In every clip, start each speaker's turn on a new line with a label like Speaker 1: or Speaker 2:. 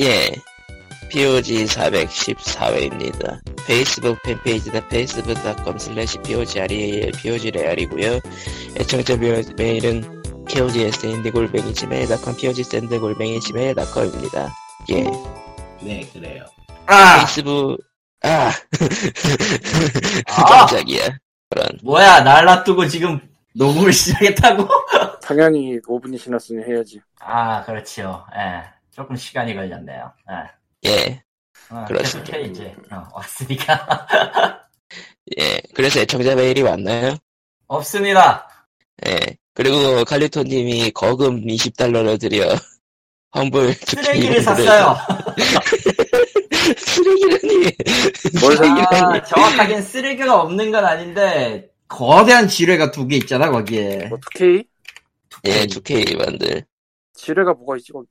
Speaker 1: 예. POG 414회입니다. 페이스북 팬페이지는 facebook.com slash POGREAL, POGREAL이고요. 애청자 메- 메일은 POGSND골뱅이지메일.com, POGSND골뱅이지메일.com입니다. 예.
Speaker 2: 네, 그래요.
Speaker 3: 아,
Speaker 1: 페이스북, 아!
Speaker 3: 아!
Speaker 1: 깜짝이야. 그런.
Speaker 3: 뭐야, 날라뜨고 지금 녹음을 시작했다고?
Speaker 4: 당연히 5분이 지났으니 해야지.
Speaker 3: 아, 그렇지요. 예. 조금 시간이 걸렸네요. 예.
Speaker 1: 예.
Speaker 3: 어,
Speaker 1: 그렇습니다.
Speaker 3: 계속해, 이제. 어, 왔으니까.
Speaker 1: 예. 그래서 애청자 메일이 왔나요?
Speaker 3: 없습니다.
Speaker 1: 예. 그리고 칼리토님이 거금 20달러를 들여 환불
Speaker 3: 쓰레기를
Speaker 1: 기부를-
Speaker 3: 샀어요.
Speaker 1: 쓰레기라니.
Speaker 4: 뭘
Speaker 3: 아, 정확하긴 쓰레기가 없는 건 아닌데, 거대한 지뢰가 두 개 있잖아,
Speaker 1: 네.
Speaker 3: 거기에.
Speaker 4: 어떻게?
Speaker 1: 예, 2K 만들.
Speaker 4: 지뢰가 뭐가 있지 거기?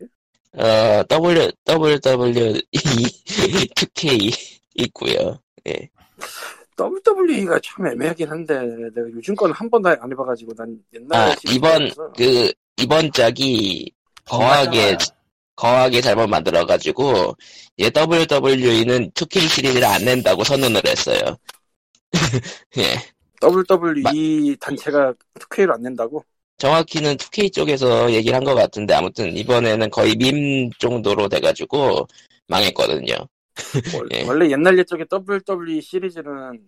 Speaker 1: 어, W, WW, 2K 있고요
Speaker 4: WWE가 참 애매하긴 한데 내가 요즘 거는 한 번도 안 해봐가지고 난 옛날에
Speaker 1: 아, 이번, 그, 이번 짝이 거하게, 거하게 잘못 만들어가지고, 예, WWE는 2K 시리즈를 안 낸다고 선언을 했어요. 예.
Speaker 4: WWE E 단체가 2K를 안 낸다고?
Speaker 1: 정확히는 2K 쪽에서 얘기를 한 것 같은데, 아무튼 이번에는 거의 밈 정도로 돼가지고, 망했거든요.
Speaker 4: 월-
Speaker 1: 예.
Speaker 4: 원래 옛날 옛적에 WWE 시리즈는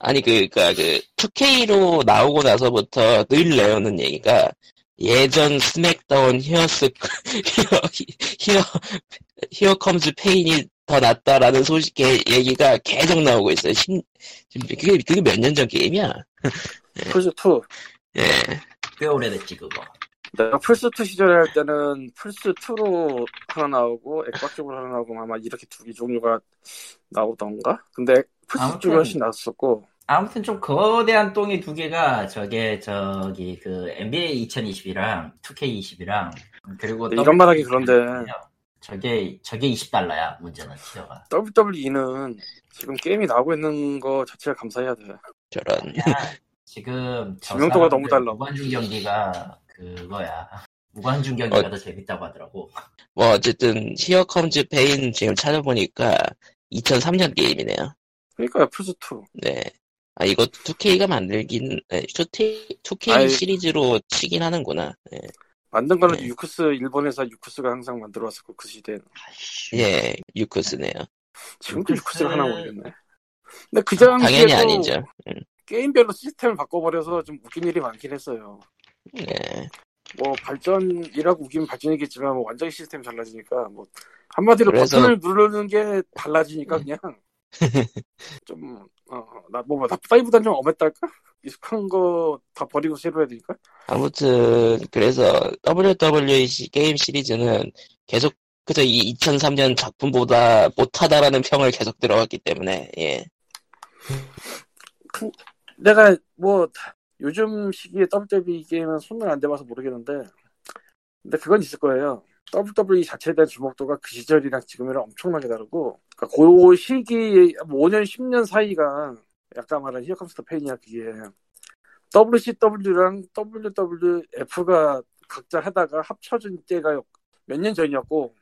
Speaker 1: 아니 그니까 그 2K로 나오고 나서부터 늘 내오는 얘기가 예전 스맥다운 히어스 히어 히어 히어 컴즈 페인이 더 낫다라는 소식 의 얘기가 계속 나오고 있어요. 신- 지금 그게 그게 몇 년 전 게임이야?
Speaker 4: 플스 2.
Speaker 1: 예.
Speaker 3: 꽤 오래됐지, 그거.
Speaker 4: 내가 플스 2 시절에 할 때는 플스 2로 하나 나오고 액박 쪽으로 하나 나오고 아마 이렇게 두 개 종류가 나오던가? 근데 플스
Speaker 3: 아무튼.
Speaker 4: 쪽이 훨씬 낫었고
Speaker 3: 아무튼 좀 거대한 똥이 두 개가 저게 저기 그 NBA 2020이랑 2K20이랑 그리고
Speaker 4: 네, 이런 말하기 그런데.
Speaker 3: 저게 저게 20달러야 문제는 티어가
Speaker 4: WWE는 지금 게임이 나오고 있는 거 자체가 감사해야 돼.
Speaker 1: 저런.
Speaker 3: 지금 저 사람들
Speaker 4: 지명도가 너무 달라.
Speaker 3: 무관중 경기가 그거야 무관중 경기가 더 재밌다고 하더라고
Speaker 1: 뭐 어쨌든 히어 컴즈 페인 지금 찾아보니까 2003년 게임이네요.
Speaker 4: 그러니까 플스 2.
Speaker 1: 네. 아 이거 2K가 만들긴 네, 2K 2K
Speaker 4: 아이.
Speaker 1: 시리즈로 치긴 하는구나. 네.
Speaker 4: 만든 거는
Speaker 1: 네.
Speaker 4: 유쿠스 일본 회사 유쿠스가 항상 만들어 왔었고 그 시대는
Speaker 1: 예, 유쿠스네요.
Speaker 4: 지금도
Speaker 3: 유쿠스.
Speaker 4: 유쿠스가 하나 모르겠네. 근데 그 당시에도
Speaker 1: 당연히 아니죠. 음,
Speaker 4: 게임별로 시스템을 바꿔버려서 좀 웃긴 일이 많긴 했어요.
Speaker 1: 네.
Speaker 4: 뭐 발전이라고 우기면 발전이겠지만 뭐 완전히 시스템 이 달라지니까 뭐 한마디로
Speaker 1: 그래서- 네.
Speaker 4: 버튼을 누르는 게 달라지니까 그냥 좀어나뭐 나쁘다기보단 좀 엄했달까 익숙한 거 다 버리고 새로 해야 되니까
Speaker 1: 아무튼 그래서 WWE 시- 게임 시리즈는 계속 그저 이 2003년 작품보다 못하다라는 평을 계속 들어왔기 때문에 예.
Speaker 4: 내가 뭐 요즘 시기에 WWE 게임은 손을 안 대봐서 모르겠는데 근데 그건 있을 거예요. WWE 자체에 대한 주목도가 그 시절이랑 지금이랑 엄청나게 다르고 그러니까 그 시기 5년 10년 사이가 약간 말한 히어컴스터 페인이야 그게 WCW랑 WWF가 각자 하다가 합쳐진 때가 몇 년 전이었고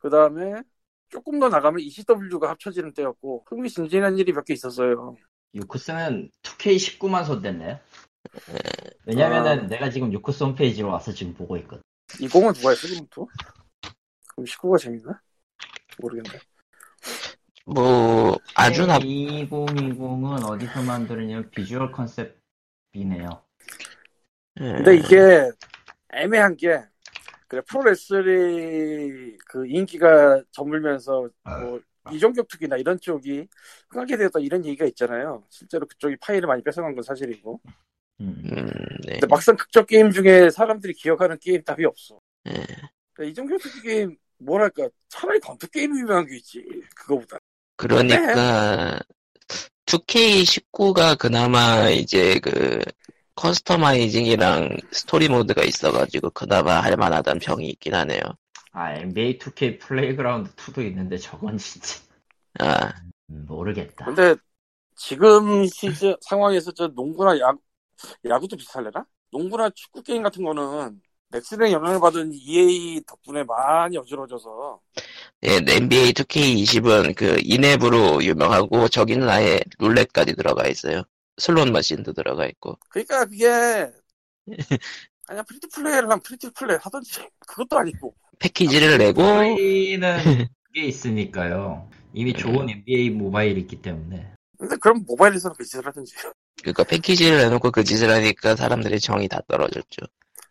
Speaker 4: 그 다음에 조금 더 나가면 ECW가 합쳐지는 때였고 흥미진진한 일이 몇 개 있었어요.
Speaker 3: 유쿠스는 2K19만 손댔네요 왜냐면은 내가 지금 유쿠스 홈페이지로 와서 지금 보고 있거든
Speaker 4: 이 공은 누가 했어 그럼 또? 그럼 19가 재밌나? 모르겠네
Speaker 1: 뭐 아주
Speaker 4: 네.
Speaker 1: 나
Speaker 3: 2020은 어디서 만들었냐면 비주얼 컨셉이네요
Speaker 1: 예.
Speaker 4: 근데 이게 애매한 게 그래 프로레슬링 그 인기가 저물면서 뭐 이종격투기나 이런 쪽이 흥하게 되었다 이런 얘기가 있잖아요 실제로 그쪽이 파일을 많이 뺏어간 건 사실이고
Speaker 3: 음.
Speaker 1: 음, 네.
Speaker 4: 근데 막상 극적 게임 중에 사람들이 기억하는 게임 답이 없어
Speaker 1: 예.
Speaker 4: 그러니까 이종격투기 게임 뭐랄까 차라리 검투 게임이 유명한 게 있지 그거보다
Speaker 1: 그러니까 2K19가 그나마 이제 그 커스터마이징이랑 스토리 모드가 있어가지고 그나마 할만하다는 평이 있긴 하네요.
Speaker 3: 아 NBA 2K 플레이그라운드 2도 있는데 저건 진짜
Speaker 1: 아,
Speaker 3: 음, 모르겠다.
Speaker 4: 근데 지금 시즌 상황에서 저 농구나 야구, 야구도 비슷할래나? 농구나 축구 게임 같은 거는 넥슨의 영향을 받은 EA 덕분에 많이 어지러워져서
Speaker 1: 예, NBA 2K20은 그 인앱으로 유명하고 저기는 아예 룰렛까지 들어가 있어요. 슬롯 머신도 들어가 있고.
Speaker 4: 그러니까 그게 아니야 프리트플레이를 하면 프리트플레이 하던지 그것도 아니고
Speaker 1: 패키지를 내고 어?
Speaker 3: 저희는 그게 있으니까요. 이미
Speaker 1: 네.
Speaker 3: 좋은 NBA 모바일이 있기 때문에.
Speaker 4: 근데 그럼 모바일에서는 그 짓을 하든지
Speaker 1: 그러니까 패키지를 내놓고 그 짓을 하니까 사람들의 정이 다 떨어졌죠.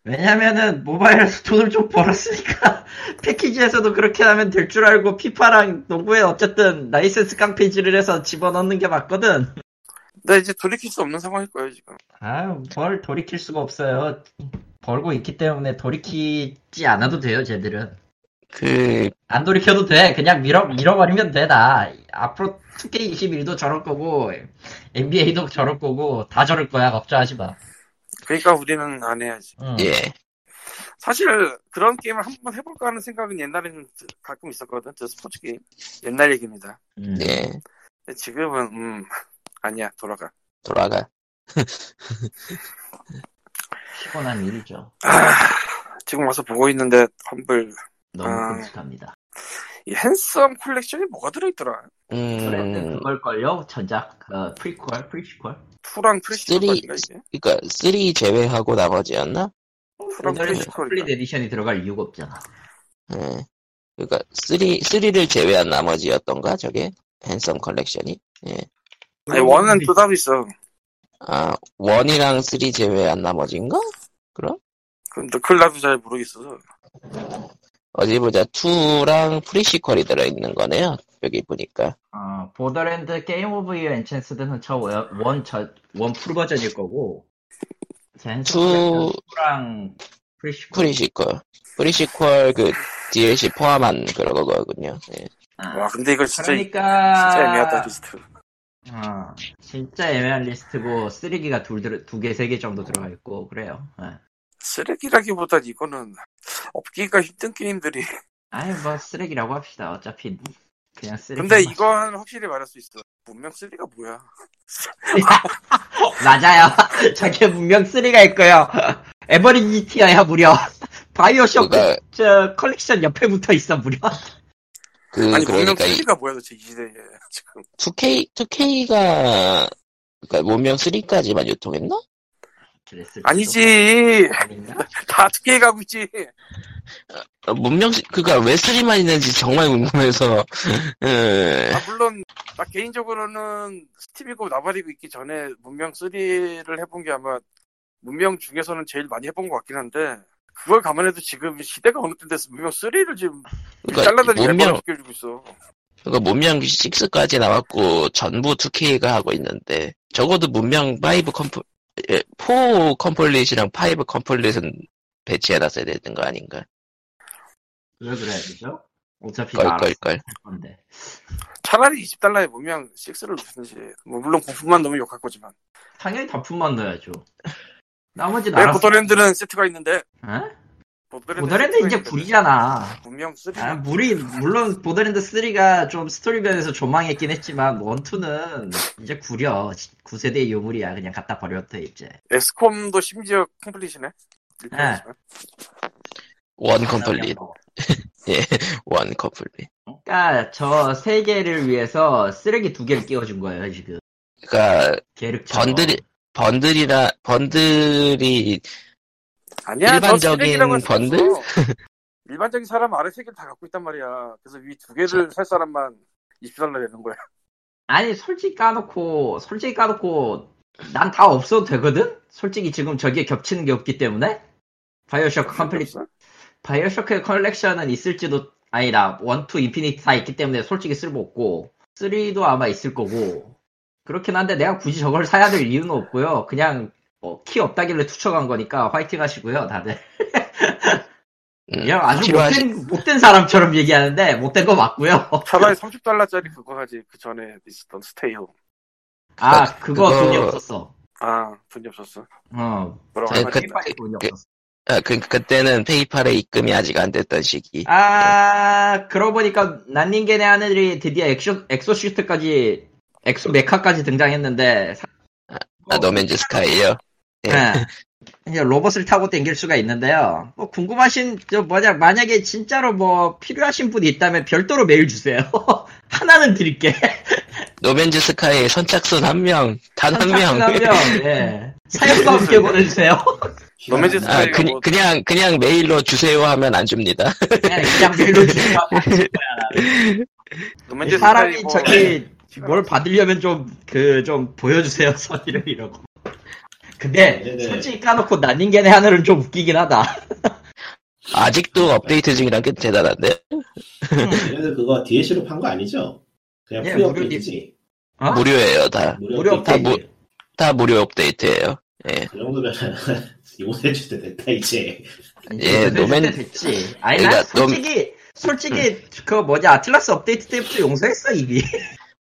Speaker 3: 왜냐면은 모바일에서 돈을 좀 벌었으니까 패키지에서도 그렇게 하면 될 줄 알고 피파랑 농구에 어쨌든 라이센스 깡패지를 해서 집어넣는 게 맞거든.
Speaker 4: 근데 이제 돌이킬 수 없는 상황일 거예요 지금
Speaker 3: 아유, 벌 돌이킬 수가 없어요. 벌고 있기 때문에 돌이키지 않아도 돼요, 쟤들은.
Speaker 1: 그
Speaker 3: 안 돌이켜도 돼. 그냥 밀어, 밀어버리면 돼, 나. 앞으로 2K21도 저럴 거고, NBA도 저럴 거고, 다 저럴 거야. 걱정하지 마.
Speaker 4: 그러니까 우리는 안 해야지
Speaker 3: 응.
Speaker 1: 예.
Speaker 4: 사실 그런 게임을 한번 해볼까 하는 생각은 옛날에는 가끔 있었거든 저 스포츠 게임 옛날 얘기입니다
Speaker 3: 음.
Speaker 1: 예.
Speaker 4: 근데 지금은 음 아니야 돌아가
Speaker 1: 돌아가.
Speaker 3: 피곤한 일이죠.
Speaker 4: 지금 와서 보고 있는데 험블
Speaker 3: 너무
Speaker 4: 아.
Speaker 3: 끔찍합니다.
Speaker 4: 이 핸섬 컬렉션이 뭐가 들어있더라
Speaker 3: 트렌드
Speaker 1: 음.
Speaker 3: 그걸걸요? 전작, 어, 프리퀄, 프리시퀄?
Speaker 4: 투랑 프리시컬
Speaker 1: 쓰리-
Speaker 4: 아닌가 이게
Speaker 1: 그러니까 3 제외하고 나머지였나?
Speaker 4: 투랑 프리시컬
Speaker 3: 스플릿 에디션이 들어갈 이유가 없잖아.
Speaker 1: 예. 그러니까 3 3를 제외한 나머지였던가 저게 핸섬 컬렉션이.
Speaker 4: 아니 원은 또 따로 있어
Speaker 1: 아 원이랑 3 제외한 나머지인가?
Speaker 4: 근데 그걸 나도 잘 모르겠어서
Speaker 1: 어디 보자. 2랑 프리시퀄이 들어있는 거네요. 여기 보니까.
Speaker 3: 어, 보더랜드 게임 오브 이어 엔챈스드는 저 원, 저, 원풀 버전일 거고,
Speaker 1: 투-
Speaker 3: 젠투랑 프리시퀄.
Speaker 1: 프리시퀄. 프리시퀄 그 DLC 포함한 그런 거거든요. 예.
Speaker 3: 아,
Speaker 4: 와 근데 이거 진짜 이-
Speaker 3: 그러니까
Speaker 4: 진짜 애매하다 리스트
Speaker 3: 어, 진짜 애매한 리스트고 쓰레기가 두개세 개 정도 들어가 있고 그래요. 예.
Speaker 4: 쓰레기라기보단 이거는 업기가 힘든 게임들이
Speaker 3: 아니 뭐 쓰레기라고 합시다. 어차피 그냥 쓰레기.
Speaker 4: 근데 이건 확실히 말할 수 있어 문명 쓰리가 뭐야
Speaker 3: 맞아요. 저게 분명 쓰레기가 있고요. 에버리지 티어야 무려. 바이오쇼크
Speaker 1: 그러니까
Speaker 3: 저 컬렉션 옆에 붙어 있어 무려.
Speaker 1: 그
Speaker 4: 아니 문명
Speaker 1: 그러니까 이
Speaker 4: 쓰리가 뭐야 도대체 이 시대에 지금
Speaker 1: 2K 2K가 그러니까 문명 3까지만 유통했나?
Speaker 3: 그랬을
Speaker 4: 아니지
Speaker 3: 수도 있나?
Speaker 4: 다 두께 가고 있지
Speaker 1: 어, 문명 시- 그니까 왜 3만 있는지 정말 궁금해서 예.
Speaker 4: 아 물론 나 개인적으로는 스팀이고 나발이고 있기 전에 문명 3를 해본 게 아마 문명 중에서는 제일 많이 해본 것 같긴 한데 그걸 감안해도 지금 시대가 어느 때인데 문명 3를 지금
Speaker 1: 그러니까
Speaker 4: 잘라다니 앨범을
Speaker 1: 문명
Speaker 4: 시켜주고 있어
Speaker 1: 그러니까 문명 6까지 나왔고 전부 2K가 하고 있는데 적어도 문명 5 컴플 4 컴플릿이랑 5 컴플릿은 배치해놨어야 되는 거 아닌가?
Speaker 3: 왜 그래야 되죠? 어차피 다 알았을
Speaker 1: 껄껄껄.
Speaker 3: 건데.
Speaker 4: 차라리 20달러에 문명 6를 주든지 뭐 물론 부품만 넣으면 욕할 거지만
Speaker 3: 당연히 단품만 넣어야죠. 나머지
Speaker 4: 왜
Speaker 3: 알았어.
Speaker 4: 네, 보더랜드는 세트가 있는데
Speaker 3: 어?
Speaker 4: 보더랜드,
Speaker 3: 보더랜드 이제 불이잖아.
Speaker 4: 문명 3
Speaker 3: 아, 물이, 물론 보더랜드 3가 좀 스토리변에서 조망했긴 했지만, 1, 2는 이제 구려. 9세대의 유물이야. 그냥 갖다 버렸대, 이제.
Speaker 4: 엑스콤도 심지어
Speaker 3: 예.
Speaker 4: 컴플릿이네 일편이지만.
Speaker 3: 그
Speaker 1: 원 컴플릿 원 컴플릿.
Speaker 3: 뭐. 그러니까 저 세 개를 위해서 쓰레기 두 개를 끼워준 거예요, 지금.
Speaker 1: 그러니까
Speaker 3: 계륵처럼.
Speaker 1: 번들이- 번들이라 번들이
Speaker 4: 아니야
Speaker 1: 일반적인
Speaker 4: 저 쓰레기라고 할수
Speaker 1: 번들?
Speaker 4: 없어. 일반적인 사람 아래 세 개를 다 갖고 있단 말이야 그래서 위 두 개를 살 사람만 20달러 내는 거야
Speaker 3: 아니, 솔직히 까놓고, 솔직히 까놓고, 난 다 없어도 되거든? 솔직히 지금 저기에 겹치는 게 없기 때문에? 바이오쇼크 그 컴플릿
Speaker 4: 없어?
Speaker 3: 바이오쇼크 컬렉션은 있을지도 아니다. 1, 2, 인피니티 다 있기 때문에 솔직히 쓸모 없고 3도 아마 있을 거고 그렇긴 한데 내가 굳이 저걸 사야 될 이유는 없고요. 그냥 어, 키 없다길래 투척한 거니까 화이팅 하시고요, 다들.
Speaker 1: 음,
Speaker 3: 그냥 아주
Speaker 1: 필요하지-
Speaker 3: 못된, 못된 사람처럼 얘기하는데 못된 거 맞고요.
Speaker 4: 차라리 30달러짜리 그거 하지 그 전에 있었던 스테이홈
Speaker 3: 아, 그거
Speaker 1: 그거-
Speaker 3: 돈이 없었어.
Speaker 4: 아 돈이 없었어
Speaker 3: 어,
Speaker 4: 뭐라고
Speaker 1: 네,
Speaker 4: 할
Speaker 1: 그-
Speaker 4: 말이야
Speaker 3: 페이팔이 돈이 없었어.
Speaker 1: 아, 그, 그때는 페이팔에 입금이 아직 안 됐던 시기.
Speaker 3: 아, 그러고 보니까 난닝겐의 하늘이 드디어 엑소, 엑소슈트까지, 엑소 메카까지 등장했는데. 사-
Speaker 1: 아, 노맨즈 스카이요.
Speaker 3: 네. 이제 로봇을 타고 댕길 수가 있는데요. 뭐 궁금하신 저 뭐냐 만약에 진짜로 뭐 필요하신 분이 있다면 별도로 메일 주세요. 하나는 드릴게.
Speaker 1: 노벤즈 스카이의 선착순 한 명, 단 한 명.
Speaker 3: 하면 예. 사연과 함께 보내주세요.
Speaker 2: 노맨즈
Speaker 1: 아,
Speaker 2: 스카이가
Speaker 1: 그,
Speaker 2: 뭐
Speaker 1: 그냥, 그냥 메일로 주세요 하면 안 줍니다.
Speaker 3: 예, 그냥 메일로 주세요.
Speaker 2: 노맨즈
Speaker 3: 그 사람이
Speaker 2: 스카이 뭐
Speaker 3: 저기 뭘 받으려면 좀 그 좀 보여주세요 선의를 이러고. 근데
Speaker 5: 네네.
Speaker 3: 솔직히 까놓고 난닝겐의 하늘은 좀 웃기긴 하다.
Speaker 1: 아직도 업데이트 중이란 게 대단한데?
Speaker 5: 얘네들 그거 DLC로 판 거 아니죠? 그냥
Speaker 3: 예,
Speaker 5: 프리
Speaker 3: 무료
Speaker 5: 업데이트지.
Speaker 3: 어?
Speaker 1: 무료예요, 다.
Speaker 3: 무료
Speaker 1: 업데이트. 다 무료 업데이트예요. 예.
Speaker 5: 그 정도면 이번에 주때 됐다 이제.
Speaker 1: 예, 노멘-
Speaker 3: 네. 됐지. 아니
Speaker 1: 그러니까
Speaker 3: 난 솔직히 솔직히 그 뭐냐 아틀라스 업데이트 때부터 용서했어 이미.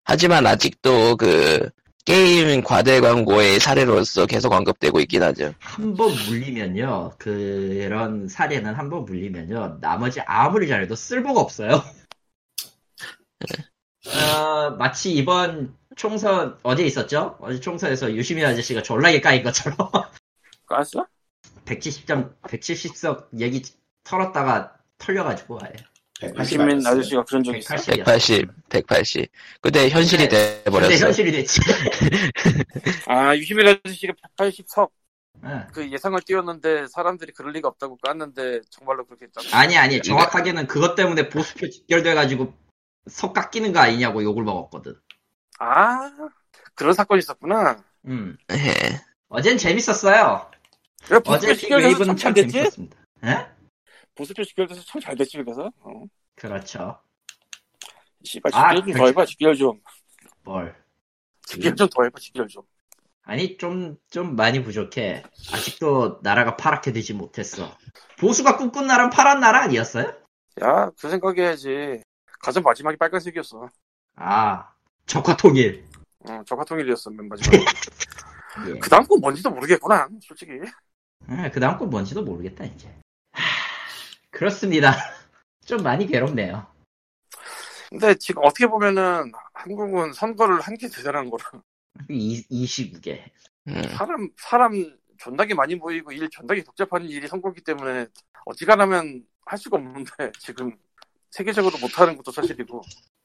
Speaker 1: 하지만 아직도 그, 게임 과대 광고의 사례로서 계속 언급되고 있긴 하죠.
Speaker 3: 한 번 물리면요 그런 사례는 한 번 물리면요 나머지 아무리 잘해도 쓸모가 없어요.
Speaker 1: 네.
Speaker 3: 어, 마치 이번 총선 어제 있었죠? 어제 총선에서 유시민 아저씨가 졸라게 까인 것처럼
Speaker 4: 알았어?
Speaker 3: 170점 170석 얘기 털었다가 털려가지고 아예
Speaker 5: 180
Speaker 4: 유시민
Speaker 5: 맞았어요.
Speaker 4: 아저씨가 그런 적 있어.
Speaker 3: 180. 이었어요.
Speaker 1: 180, 180. 근데 현실이
Speaker 3: 근데
Speaker 1: 돼버렸어.
Speaker 3: 현실이 됐지.
Speaker 4: 아 유시민 아저씨가 180석
Speaker 3: 응.
Speaker 4: 그 예상을 띄웠는데 사람들이 그럴 리가 없다고 깠는데 정말로 그렇게 했다고.
Speaker 3: 아니 아니 정확하게는 그것 때문에 보수표 직결돼가지고 석 깎이는 거 아니냐고 욕을 먹었거든.
Speaker 4: 아 그런 사건이 있었구나.
Speaker 3: 음.
Speaker 1: 예.
Speaker 3: 어젠 재밌었어요.
Speaker 4: 그래, 보수표
Speaker 3: 어제
Speaker 4: 시결돼서
Speaker 3: 빅웨이브는 참
Speaker 4: 참잘 됐지?
Speaker 3: 재밌었습니다. 예?
Speaker 4: 보수표 시결돼서 참 잘 됐지 그래서. 어.
Speaker 3: 그렇죠.
Speaker 4: 씨발
Speaker 3: 아,
Speaker 4: 직결
Speaker 3: 그렇지. 예.
Speaker 4: 좀더 해봐 직결 좀.
Speaker 3: 뭘.
Speaker 4: 직결 좀 더 해봐 직결 좀.
Speaker 3: 아니 좀 좀 많이 부족해. 아직도 나라가 파랗게 되지 못했어. 보수가 꿈꾼 나라는 파란 나라 아니었어요?
Speaker 4: 야 그 생각해야지. 가장 마지막이 빨간색이었어.
Speaker 3: 아 적화 통일.
Speaker 4: 응, 적화통일이었어 맨 마지막에.
Speaker 3: 예.
Speaker 4: 그 다음 건 뭔지도 모르겠구나 솔직히.
Speaker 3: 아, 그 다음 건 뭔지도 모르겠다 이제. 하, 그렇습니다. 좀 많이 괴롭네요.
Speaker 4: 근데 지금 어떻게 보면은 한국은 선거를 한 게 대단한 거라.
Speaker 3: 이, 이 시국에
Speaker 1: 음.
Speaker 4: 사람 사람 존나게 많이 모이고 일 존나게 복잡한 일이 선거기 때문에 어지간하면 할 수가 없는데 지금 세계적으로 못하는 것도 사실이고.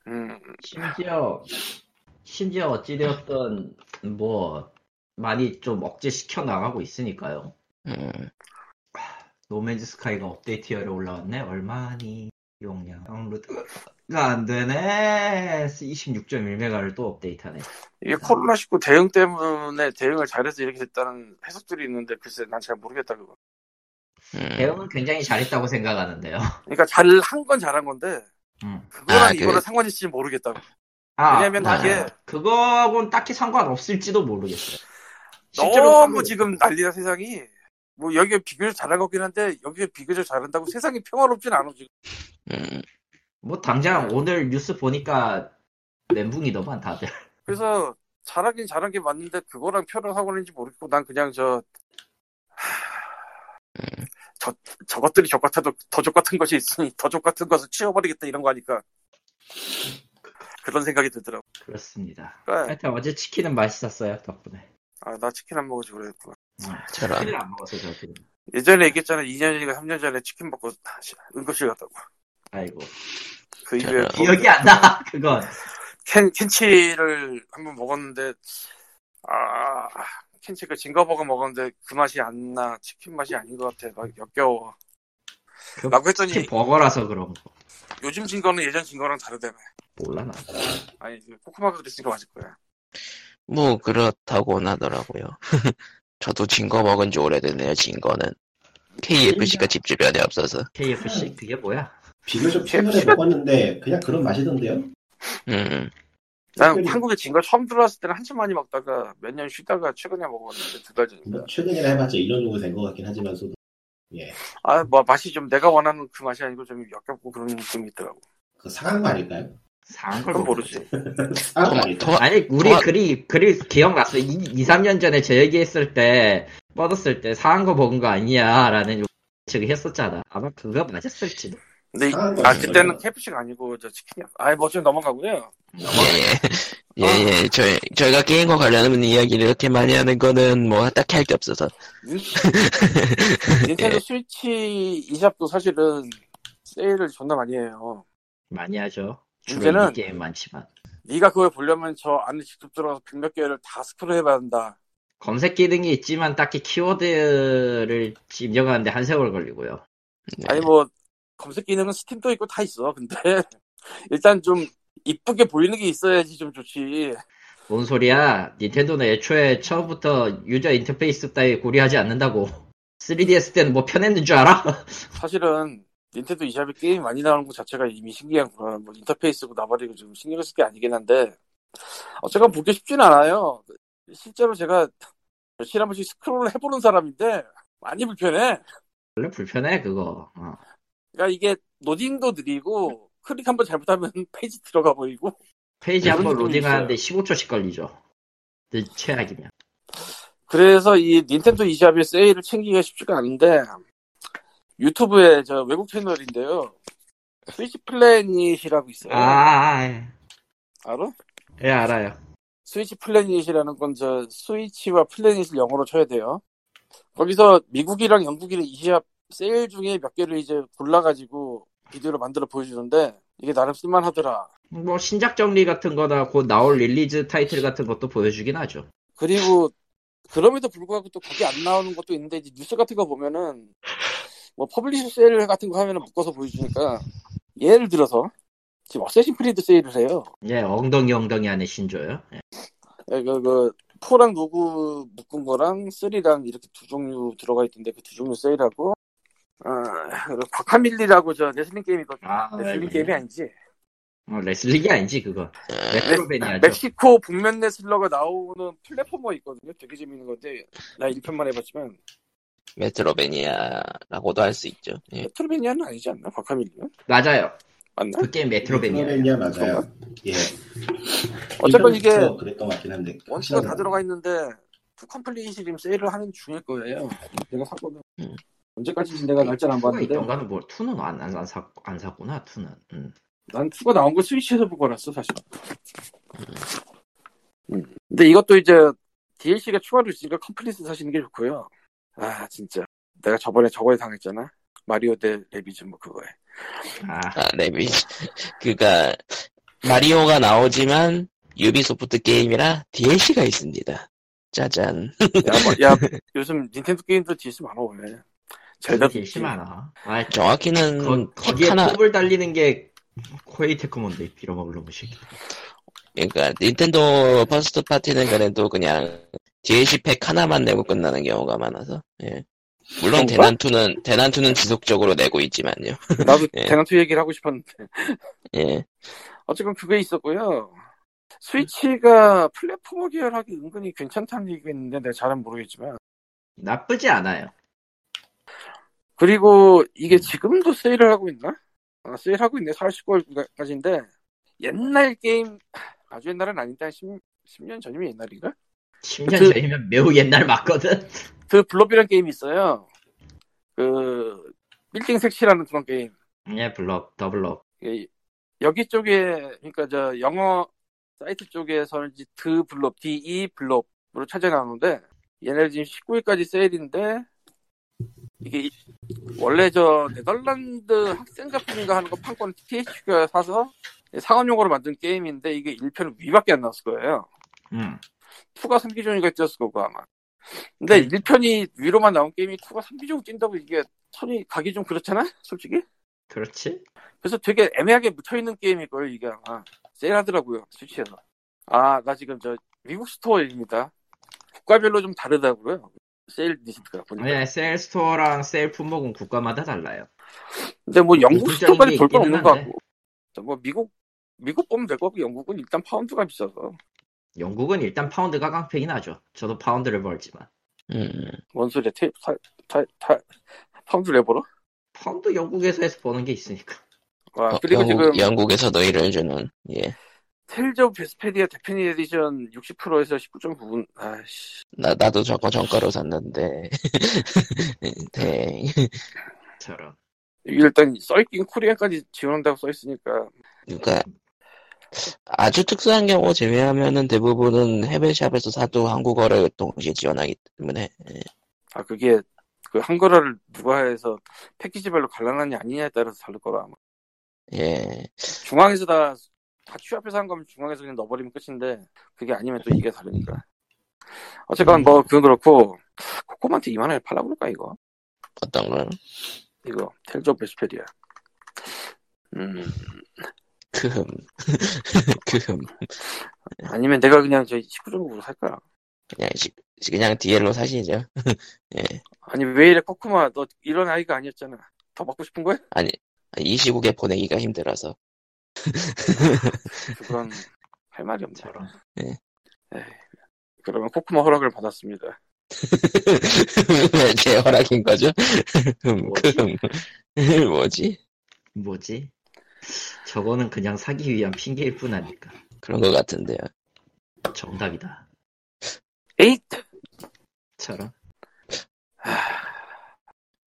Speaker 4: 음,
Speaker 3: 심지어 심지어 어찌되었던 뭐 많이 좀 억제시켜 나가고 있으니까요.
Speaker 1: 음.
Speaker 3: 노맨즈 스카이가 업데이트열에 올라왔네. 얼마니 용량 다운로드가 안 되네. 26.1메가를 또 업데이트하네.
Speaker 4: 이게 코로나 19 대응 때문에 대응을 잘해서 이렇게 됐다는 해석들이 있는데 글쎄 난 잘 모르겠다 그거.
Speaker 1: 음.
Speaker 3: 대응은 굉장히 잘했다고 생각하는데요.
Speaker 4: 그러니까 잘 한 건 잘한 건데
Speaker 3: 음.
Speaker 4: 그거랑
Speaker 1: 아, 그-
Speaker 4: 이거랑 상관이 있을지 모르겠다고.
Speaker 3: 아,
Speaker 4: 왜냐면
Speaker 3: 맞아요.
Speaker 4: 이게
Speaker 3: 그거하고는 딱히 상관없을지도 모르겠어요.
Speaker 4: 너무
Speaker 3: 상관-
Speaker 4: 지금 난리야 세상이. 뭐 여기에 비교적 잘한 거긴 한데 여기에 비교적 잘한다고 세상이 평화롭진 않아 지금.
Speaker 1: 음.
Speaker 3: 뭐 당장 오늘 뉴스 보니까 멘붕이더만 다들.
Speaker 4: 그래서 잘하긴 잘한 게 맞는데 그거랑 표를 하고 있는지 모르겠고 난 그냥 저 하, 저, 저것들이 족 같아도 더 족 같은 것이 있으니 더 족 같은 것을 치워버리겠다 이런 거 아니까 그런 생각이 들더라고.
Speaker 3: 그렇습니다.
Speaker 4: 그러니까
Speaker 3: 하여튼 어제 치킨은 맛있었어요 덕분에.
Speaker 4: 아, 나 치킨 안 먹어서 그랬구나.
Speaker 1: 저런.
Speaker 3: 치킨을 안 먹어서 저도.
Speaker 4: 예전에 얘기했잖아 2년인가 3년 전에 치킨 먹고 다시 응급실 갔다고.
Speaker 3: 아이고.
Speaker 4: 그 이후에
Speaker 1: 저런.
Speaker 4: 뭐
Speaker 3: 기억이 안 나, 그건.
Speaker 4: 캔 캔치를 한번 먹었는데 아 캔치 그 징거버거 먹었는데 그 맛이 안 나 치킨 맛이 아닌 것 같아 막 역겨워
Speaker 3: 그
Speaker 4: 라고 했더니
Speaker 3: 치킨 버거라서 그런 거.
Speaker 4: 요즘 징거는 예전 징거랑 다르다며
Speaker 3: 몰라, 나.
Speaker 4: 아니 그 코코마가 그랬으니까 맞을 거야
Speaker 1: 뭐, 그렇다고 하더라고요. 저도 진거 먹은 지 오래됐네요, 진거는. KFC가 집 주변에 없어서.
Speaker 3: KFC? 그게 뭐야?
Speaker 5: 비교적 최근에 먹었는데 그냥 그런 맛이던데요.
Speaker 1: 음.
Speaker 4: 난
Speaker 5: 특별히-
Speaker 4: 한국에 징거 처음 들어왔을 때는 한참 많이 먹다가 몇 년 쉬다가 최근에 먹어봤는데 두 달 전인가
Speaker 5: 뭐 최근이라 해봤자 1년 정도 된 것 같긴 하지만서도 예,
Speaker 4: 아뭐 맛이 좀 내가 원하는 그 맛이 아니고 좀 역겹고 그런 느낌이 있더라고
Speaker 5: 그 상한 거 아닐까요?
Speaker 3: 상한 걸
Speaker 4: 그건
Speaker 3: 모르
Speaker 4: 모르지
Speaker 5: 상한 거 아닐까? 네.
Speaker 1: 토마-
Speaker 3: 아니, 우리
Speaker 1: 정확-
Speaker 3: 그리, 그리 기억났어. 2, 3년 전에 제 얘기했을 때, 뻗었을 때, 상한 거 먹은 거 아니야, 라는 측이 했었잖아. 아마 그거 맞았을지도.
Speaker 4: 근데 이-
Speaker 5: 아,
Speaker 4: 아
Speaker 5: 맞아요.
Speaker 4: 그때는 KFC가 아니고 저 치킨이 아이 뭐좀 넘어가고요.
Speaker 1: 예, 예, 저희, 저희가 게임과 관련된 이야기를 이렇게 많이 하는 거는 뭐 딱히 할 게 없어서.
Speaker 4: 닌- 닌텐도 스위치 이샵도 사실은 세일을 존나 많이 해요.
Speaker 3: 많이 하죠. 주로
Speaker 4: 문제는-
Speaker 3: 이 게임 많지만
Speaker 4: 네가 그걸 보려면 저 안에 직접 들어가서 백몇 개를 다 스크롤 해봐야 한다.
Speaker 3: 검색 기능이 있지만 딱히 키워드를 입력하는데 한 세월 걸리고요.
Speaker 4: 아니 뭐 검색 기능은 스팀도 있고 다 있어. 근데 일단 좀 이쁘게 보이는 게 있어야지 좀 좋지.
Speaker 3: 뭔 소리야? 닌텐도는 애초에 처음부터 유저 인터페이스 따위 고려하지 않는다고. 3DS 때는 뭐 편했는 줄 알아?
Speaker 4: 사실은 닌텐도 이샵에 게임 많이 나오는 것 자체가 이미 신기한 그런 뭐 인터페이스고 나발이고 좀 신경 쓸 게 아니긴 한데 어쨌건 보기 쉽진 않아요. 실제로 제가 며칠 한 번씩 스크롤을 해보는 사람인데 많이 불편해.
Speaker 3: 원래 불편해 그거. 어.
Speaker 4: 그러니까 이게 로딩도 느리고 클릭 한 번 잘못하면 페이지 들어가 버리고
Speaker 3: 페이지 한 번
Speaker 4: 네, 그건 좀
Speaker 3: 로딩하는데 15초씩 걸리죠. 늘 최악이면.
Speaker 4: 그래서 이 닌텐도 이샵의 세일을 챙기기가 쉽지가 않은데 유튜브에 저 외국 채널인데요. 스위치 플래닛이라고 있어요.
Speaker 3: 아, 아, 예.
Speaker 4: 알아?
Speaker 3: 예, 알아요.
Speaker 4: 스위치 플래닛이라는 건 저 스위치와 플래닛을 영어로 쳐야 돼요. 거기서 미국이랑 영국이랑 이시합 세일 중에 몇 개를 이제 골라가지고 비디오를 만들어 보여주는데 이게 나름 쓸만하더라.
Speaker 3: 뭐 신작 정리 같은 거나 곧 나올 릴리즈 타이틀 같은 것도 보여주긴 하죠.
Speaker 4: 그리고 그럼에도 불구하고 또 그게 안 나오는 것도 있는데 이제 뉴스 같은 거 보면은 뭐 퍼블리셔 세일 같은 거 하면은 묶어서 보여주니까 예를 들어서 지금 어쌔신 크리드 세일을 해요.
Speaker 3: 예, 엉덩이 엉덩이 안에 신조요. 예.
Speaker 4: 예, 그, 그, 포랑 로그 묶은 거랑 쓰리랑 이렇게 두 종류 들어가 있던데 그 두 종류 세일하고 아, 그리고 바카밀리라고 저 레슬링 게임이거든요
Speaker 3: 아,
Speaker 4: 레슬링
Speaker 3: 예.
Speaker 4: 게임이 네. 아니지 네.
Speaker 3: 어, 레슬링이 아니지 그거. 레트로베니아죠.
Speaker 4: 멕시코 북면 레슬러가 나오는 플랫포머 있거든요 되게 재밌는 건데 나 1편만 해봤지만
Speaker 1: 메트로베니아라고도 할 수 있죠. 예.
Speaker 4: 메트로베니아는 아니지 않나? 바카밀리는?
Speaker 3: 맞아요.
Speaker 4: 맞나?
Speaker 3: 그 게임 메트로베니아.
Speaker 5: 트로베니아 맞아요. 예.
Speaker 4: 어쨌건 이게
Speaker 5: 일본부터 그랬던 것 같긴 한데.
Speaker 4: 원투가 다
Speaker 5: 확실하게
Speaker 4: 들어가 있는데 투 컴플리트 지금 세일을 하는 중일 거예요 내가 샀거든
Speaker 1: 음.
Speaker 4: 언제까지인지 내가 날짜를 안
Speaker 3: 투가
Speaker 4: 봤는데
Speaker 3: 음. 있던가는 뭘뭐 투는 안, 안, 안, 사, 안 샀구나 투는. 음.
Speaker 4: 난 투가 나온 걸 스위치에서 보고 알았어 사실. 음. 근데 이것도 이제 DLC가 추가로 있으니까 컴플리트 사시는 게 좋고요. 아 진짜 내가 저번에 저거에 당했잖아. 마리오 대 레비즈 뭐 그거에.
Speaker 3: 아,
Speaker 1: 아, 레비. 그니까, 마리오가 나오지만, 유비소프트 게임이라 DLC가 있습니다. 짜잔.
Speaker 4: 야, 뭐, 야 요즘 닌텐도 게임도 DLC 많아 왜? 젤다
Speaker 3: DLC 많아. 아, 저,
Speaker 1: 정확히는
Speaker 3: 거, 거기에
Speaker 1: 하나,
Speaker 3: 톱을 달리는 게 코에이 테크몬데 빌어먹으려고 시.
Speaker 1: 그러니까 닌텐도 퍼스트 파티는 그래도 그냥 DLC 팩 하나만 내고 끝나는 경우가 많아서. 예. 물론
Speaker 4: 그런가?
Speaker 1: 대난투는 대난투는 지속적으로 내고 있지만요.
Speaker 4: 나도
Speaker 1: 예.
Speaker 4: 대난투 얘기를 하고 싶었는데
Speaker 1: 예.
Speaker 4: 어쨌건 그게 있었고요. 스위치가 플랫포머 계열하기 은근히 괜찮다는 얘기가 있는데 내가 잘은 모르겠지만
Speaker 3: 나쁘지 않아요.
Speaker 4: 그리고 이게 지금도 세일을 하고 있나? 아, 세일하고 있네. 40월까지인데 옛날 게임 아주 옛날은 아닌데 한 10, 10년 전이면 옛날인가?
Speaker 3: 10년
Speaker 4: 그-
Speaker 3: 전이면 매우 옛날 맞거든.
Speaker 4: 그 블럽이라는 게임이 있어요. 그 빌딩 색칠하는 그런 게임.
Speaker 3: 예, 블럭, 더블럭.
Speaker 4: 예, 여기 쪽에 그러니까 저 영어 사이트 쪽에서는 이제 드 블럽, DE 블럽으로 찾아 나오는데 얘네 지금 19일까지 세일인데 이게 이- 원래 저 네덜란드 학생 작품인가 하는 거 판권 THQ가 사서 상업용으로 만든 게임인데 이게 1편 위밖에 안 나왔을 거예요.
Speaker 3: 음.
Speaker 4: 2가 3기종이가 뛰었을 거고 아마. 근데 1편이 위로만 나온 게임이 2가 3기종 뛴다고 이게 손이 가기 좀 그렇잖아? 솔직히?
Speaker 3: 그렇지?
Speaker 4: 그래서 되게 애매하게 묻혀있는 게임일 거예요 이게 아마 세일하더라고요 스위치에서 아 나 지금 저 미국 스토어입니다 국가별로 좀 다르다고요 세일 리스트가 보니까
Speaker 3: 예, 세일 스토어랑 세일 품목은 국가마다 달라요.
Speaker 4: 근데 뭐 영국
Speaker 3: 미국적인 게
Speaker 4: 스토어까지 돌 건
Speaker 3: 있기는
Speaker 4: 없는 거
Speaker 3: 한데.
Speaker 4: 같고 뭐 미국 미국 보면 될 거고 영국은 일단 파운드가 비싸서
Speaker 3: 영국은 일단 파운드가 깡패긴 하죠. 저도 파운드를 벌지만.
Speaker 1: 음.
Speaker 4: 뭔 소리야 테이 타, 타, 타, 파운드 내버려?
Speaker 3: 파운드 영국에서 해서 버는 게 있으니까.
Speaker 4: 와
Speaker 1: 어,
Speaker 4: 아, 그리고
Speaker 1: 영국,
Speaker 4: 지금
Speaker 1: 영국에서도 일을 주는 예.
Speaker 4: 텔즈 오브 베스페디아 데피니 에디션 60%에서 19.9분 아씨
Speaker 1: 나 나도 저거 정가로 샀는데. 네.
Speaker 3: 저런.
Speaker 4: 이게 일단 써있긴 코리아까지 지원한다고 써있으니까
Speaker 1: 그러니까 아주 특수한 경우 제외하면은 대부분은 해외 샵에서 사도 한국어를 동시에 지원하기 때문에
Speaker 4: 아 그게 그 한글화를 누가 해서 패키지별로 갈라놨냐 아니냐에 따라서 다를 거라 아마
Speaker 1: 예
Speaker 4: 중앙에서 다, 다 취합해서 한 거면 중앙에서 그냥 넣어버리면 끝인데 그게 아니면 또 이게 다르니까 어쨌건 뭐 그건 그렇고 코코한테 2만 원에 팔라 그럴까 이거
Speaker 1: 어떤 걸
Speaker 4: 이거 텔즈 오브 베스페리아 음
Speaker 1: 크흠 크흠
Speaker 4: 아니면 내가 그냥 저희 19.9로 살까
Speaker 1: 그냥 시, 그냥 DL로 사시죠
Speaker 4: 아니 왜 이래 코코마 너 이런 아이가 아니었잖아 더 받고 싶은 거야?
Speaker 1: 아니 이 시국에 보내기가 힘들어서
Speaker 4: 그건 할 말이 없네 요
Speaker 1: 예.
Speaker 4: 그러면 코코마 허락을 받았습니다
Speaker 1: 왜제 허락인 거죠? 흠, 흠. 뭐지
Speaker 3: 뭐지? 저거는 그냥 사기 위한 핑계일 뿐 아닐까.
Speaker 1: 그런 것 같은데요.
Speaker 3: 정답이다.
Speaker 4: 에잇
Speaker 3: 처럼.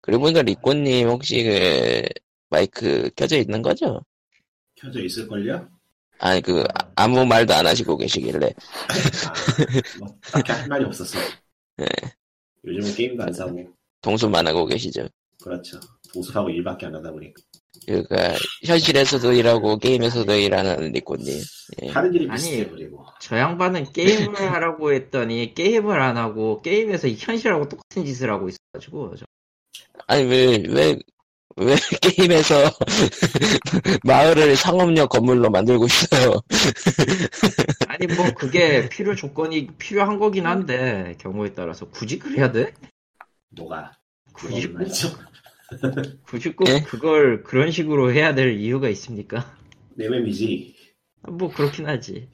Speaker 1: 그리고 보니까 리꼬님 혹시 그 마이크 켜져 있는 거죠?
Speaker 5: 켜져 있을걸요?
Speaker 1: 아니 그 아- 아무 말도 안 하시고 계시길래
Speaker 5: 아, 뭐 딱히 할 말이 없었어.
Speaker 1: 네.
Speaker 5: 요즘은 게임도 안 사고
Speaker 1: 동수만 하고 계시죠.
Speaker 5: 그렇죠. 보수하고 일밖에 안 하다 보니까
Speaker 1: 그러니까 현실에서도 일하고 게임에서도 일하는 리꼬님. 예.
Speaker 5: 하는 일이
Speaker 3: 아니.
Speaker 5: 비슷해 그리고
Speaker 3: 저 양반은 게임을 하라고 했더니 게임을 안 하고 게임에서 이 현실하고 똑같은 짓을 하고 있어가지고 저-
Speaker 1: 아니 왜 왜 왜 게임에서 마을을 상업용 건물로 만들고 있어요.
Speaker 3: 아니 뭐 그게 필요 조건이 필요한 거긴 한데 경우에 따라서 굳이 그래야 돼?
Speaker 5: 뭐가
Speaker 3: 굳이
Speaker 5: 그런 말이죠.
Speaker 3: 굳이 꼭
Speaker 1: 예?
Speaker 3: 그걸 그런 식으로 해야 될 이유가 있습니까?
Speaker 5: 내면이지.
Speaker 3: 뭐 그렇긴 하지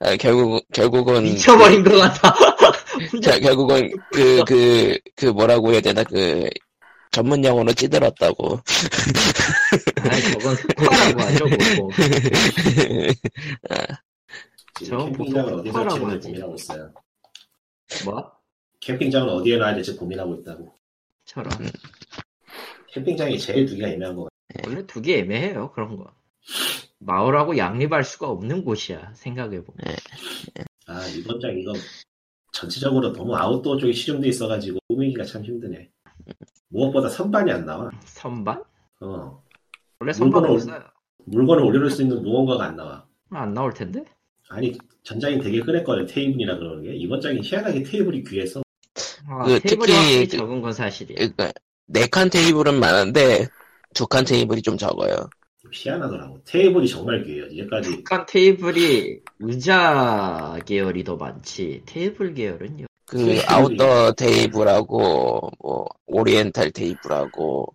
Speaker 1: 아, 결국 결국은
Speaker 3: 미쳐버린 것 같아 혼자
Speaker 1: 자, 결국은 그 그 그 뭐라고 해야 되나 그 전문 용어로 찌들었다고.
Speaker 3: 아니 저건 흑화라고 하죠 뭐, 그거
Speaker 5: 지금
Speaker 3: 저건
Speaker 5: 캠핑장을
Speaker 3: 보통
Speaker 5: 어디서
Speaker 3: 뭐 폭발하고
Speaker 5: 치는지
Speaker 3: 하지.
Speaker 5: 고민하고 있어요.
Speaker 3: 뭐?
Speaker 5: 캠핑장을 어디에 놔야 될지 고민하고 있다고.
Speaker 3: 저런
Speaker 5: 캠핑장이 제일 두기가 애매한 거 같아.
Speaker 3: 원래 두 개 애매해요 그런 거 마을하고 양립할 수가 없는 곳이야 생각해보면
Speaker 1: 네.
Speaker 5: 아 이번 장 이거 전체적으로 너무 아웃도어 쪽이 실용돼 있어가지고 꾸미기가 참 힘드네. 무엇보다 선반이 안 나와.
Speaker 3: 선반?
Speaker 5: 어
Speaker 3: 원래 선반
Speaker 5: 물건을
Speaker 3: 없어요
Speaker 5: 물건을 올려놓을 수 있는 무언가가 안 나와.
Speaker 3: 안 나올 텐데?
Speaker 5: 아니 전장이 되게 끄냈거든 테이블이라 그러는 게 이번 장이 희한하게 테이블이 귀해서
Speaker 3: 아,
Speaker 1: 그
Speaker 3: 테이블이
Speaker 1: 특히
Speaker 3: 확실히
Speaker 1: 그-
Speaker 3: 적은 건 사실이야.
Speaker 1: 그러니까 네 칸 테이블은 많은데 두 칸 테이블이 좀 적어요.
Speaker 5: 좀 희한하더라고 테이블이 정말 귀해요 이제까지
Speaker 3: 약간 테이블이 의자 계열이 더 많지 테이블 계열은요.
Speaker 1: 그 아웃도어 테이블하고 뭐 오리엔탈 테이블하고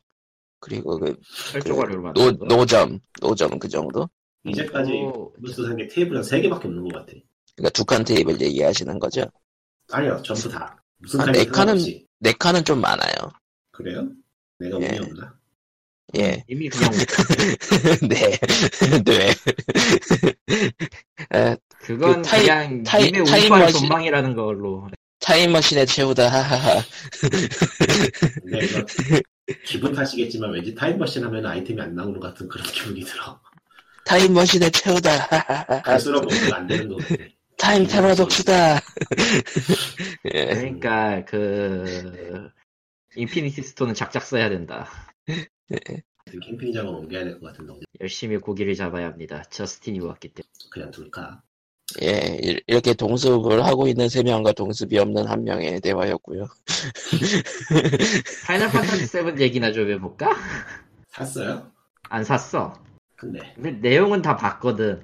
Speaker 1: 그리고 그
Speaker 3: 철조가를
Speaker 1: 노,
Speaker 3: 만든 어, 거.
Speaker 1: 노점 노점 그 정도?
Speaker 5: 이제까지
Speaker 3: 오,
Speaker 5: 무슨 산게 테이블 한세 개밖에 없는 것 같아
Speaker 1: 그러니까 두 칸 테이블 얘기하시는 거죠?
Speaker 5: 아니요 전부 다 무슨
Speaker 1: 아,
Speaker 5: 산게
Speaker 1: 네 칸은-
Speaker 5: 없이
Speaker 1: 네 칸은 좀 많아요.
Speaker 5: 그래요? 내가
Speaker 1: 예.
Speaker 5: 운이 없나?
Speaker 1: 예.
Speaker 3: 이미 그냥
Speaker 1: 네. 네. 아, 그
Speaker 3: 그건
Speaker 1: 타이-
Speaker 3: 그냥
Speaker 1: 타이-
Speaker 3: 님의
Speaker 1: 타임
Speaker 3: 운빨
Speaker 1: 머신-
Speaker 3: 전망이라는 걸로.
Speaker 1: 타임머신에 채우다 하하하.
Speaker 5: 근데 이거 네, 기분 탓이겠지만 왠지 타임머신 하면 아이템이 안 나오는 것 같은 그런 기분이 들어
Speaker 3: 아,
Speaker 1: 타임머신에 채우다 하하하.
Speaker 5: 갈수록 뭔가 안 되는 것 같아
Speaker 1: 타임 패러독스다. 예.
Speaker 3: 그러니까 그 인피니티 스톤은 작작 써야 된다.
Speaker 5: 캠핑장으로 옮겨야 될 것 같은데 어디-
Speaker 3: 열심히 고기를 잡아야 합니다. 저스틴이 왔기 때문에.
Speaker 5: 그냥 둘까?
Speaker 1: 예, 이- 이렇게 동습을 하고 있는 세 명과 동습이 없는 한 명의 대화였고요.
Speaker 3: 파이널 판타지 7 얘기나 좀 해볼까?
Speaker 5: 샀어요?
Speaker 3: 안 샀어.
Speaker 5: 근데
Speaker 3: 근데 내용은 다 봤거든.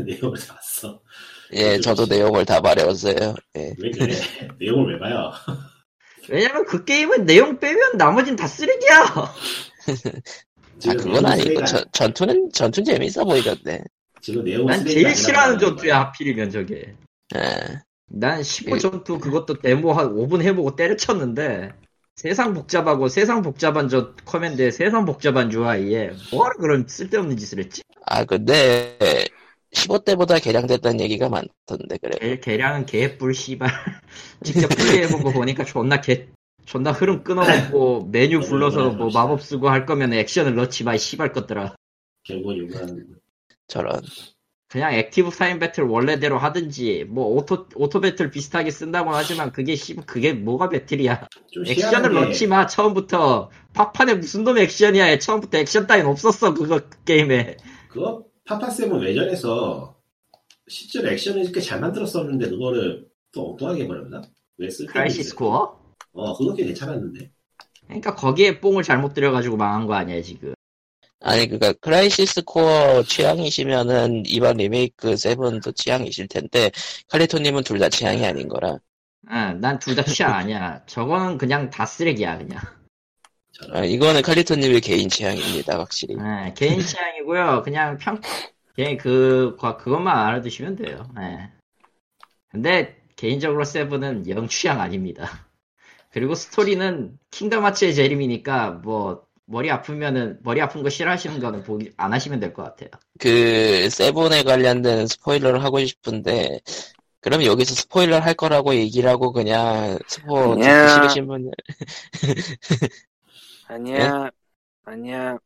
Speaker 5: 내용을 샀어
Speaker 1: 예, 저도 내용을 다 말해왔어요. 예.
Speaker 5: 왜 그래? 내용을 왜 봐요?
Speaker 3: 아, 왜냐면 그 게임은 내용 빼면 나머진 다 쓰레기야.
Speaker 1: 아,
Speaker 5: 지금
Speaker 1: 그건
Speaker 5: 내용
Speaker 1: 아니고,
Speaker 5: 쓰레기가-
Speaker 1: 전- 전투는, 전투는 재밌어 보이던데.
Speaker 5: 지금 내용
Speaker 3: 난
Speaker 5: 어, 쓰레기가
Speaker 3: 제일
Speaker 5: 아니라고
Speaker 3: 싫어하는
Speaker 5: 말하는
Speaker 3: 전투야
Speaker 5: 거야.
Speaker 3: 하필이면 저게
Speaker 1: 예.
Speaker 3: 난 15 전투 그것도 데모 한 5분 해보고 때려쳤는데 세상 복잡하고 세상 복잡한 저 커맨드에 세상 복잡한 UI에 뭐하러 그런 쓸데없는 짓을 했지?
Speaker 1: 아, 근데, 15대보다 개량됐다는 얘기가
Speaker 5: 네.
Speaker 1: 많던데, 그래.
Speaker 3: 개, 개량은 개뿔 씨발 직접 플레이해본 거 보니까 존나 개 존나 흐름 끊어먹고 메뉴
Speaker 5: 메뉴
Speaker 3: 불러서 뭐
Speaker 5: 불러봅시다.
Speaker 3: 마법 쓰고 할 거면 액션을 넣지 마이 씨발 것들아.
Speaker 5: 결국 이건
Speaker 1: 저런.
Speaker 3: 그냥 액티브 타임 배틀 원래대로 하든지 뭐 오토 오토 배틀 비슷하게 쓴다고 하지만 그게 씨 그게 뭐가 배틀이야.
Speaker 5: 좀
Speaker 3: 액션을
Speaker 5: 희한하게
Speaker 3: 넣지 마 처음부터 팝판에 무슨 놈의 액션이야 처음부터 액션 따윈 없었어 그거 그 게임에
Speaker 5: 그거 파파세븐 외전에서 실제로 액션을 이렇게 잘 만들었었는데 그거를 또 엉뚱하게 버렸나? 왜 쓸까?
Speaker 3: 크라이시스 코어
Speaker 5: 어 그거 꽤 괜찮았는데
Speaker 3: 그러니까 거기에 뽕을 잘못 들여가지고 망한 거 아니야 지금
Speaker 1: 아니 그니까 크라이시스 코어 취향이시면은 이번 리메이크 세븐도 취향이실 텐데 칼리토님은 둘 다 취향이 아닌 거라.
Speaker 3: 응, 난 둘 다 취향 아니야 저거는 그냥 다 쓰레기야 그냥
Speaker 1: 아,
Speaker 5: 저런
Speaker 1: 이거는 칼리토님의 개인 취향입니다 확실히.
Speaker 3: 예, 개인 취향이고요 그냥 평 그냥 그 과- 그것만 알아두시면 돼요 예. 근데 개인적으로 세븐은 영 취향 아닙니다 그리고 스토리는 킹덤 하츠의 재림이니까 뭐 머리 아프면은 머리 아픈 거 싫어하시는 거는 보기 안 하시면 될 것 같아요.
Speaker 1: 그 세븐에 관련된 스포일러를 하고 싶은데 그럼 여기서 스포일러 할 거라고 얘기를 하고 그냥 스포 듣기
Speaker 4: 아니야.
Speaker 1: 싫으신 분
Speaker 4: 아니야 아니야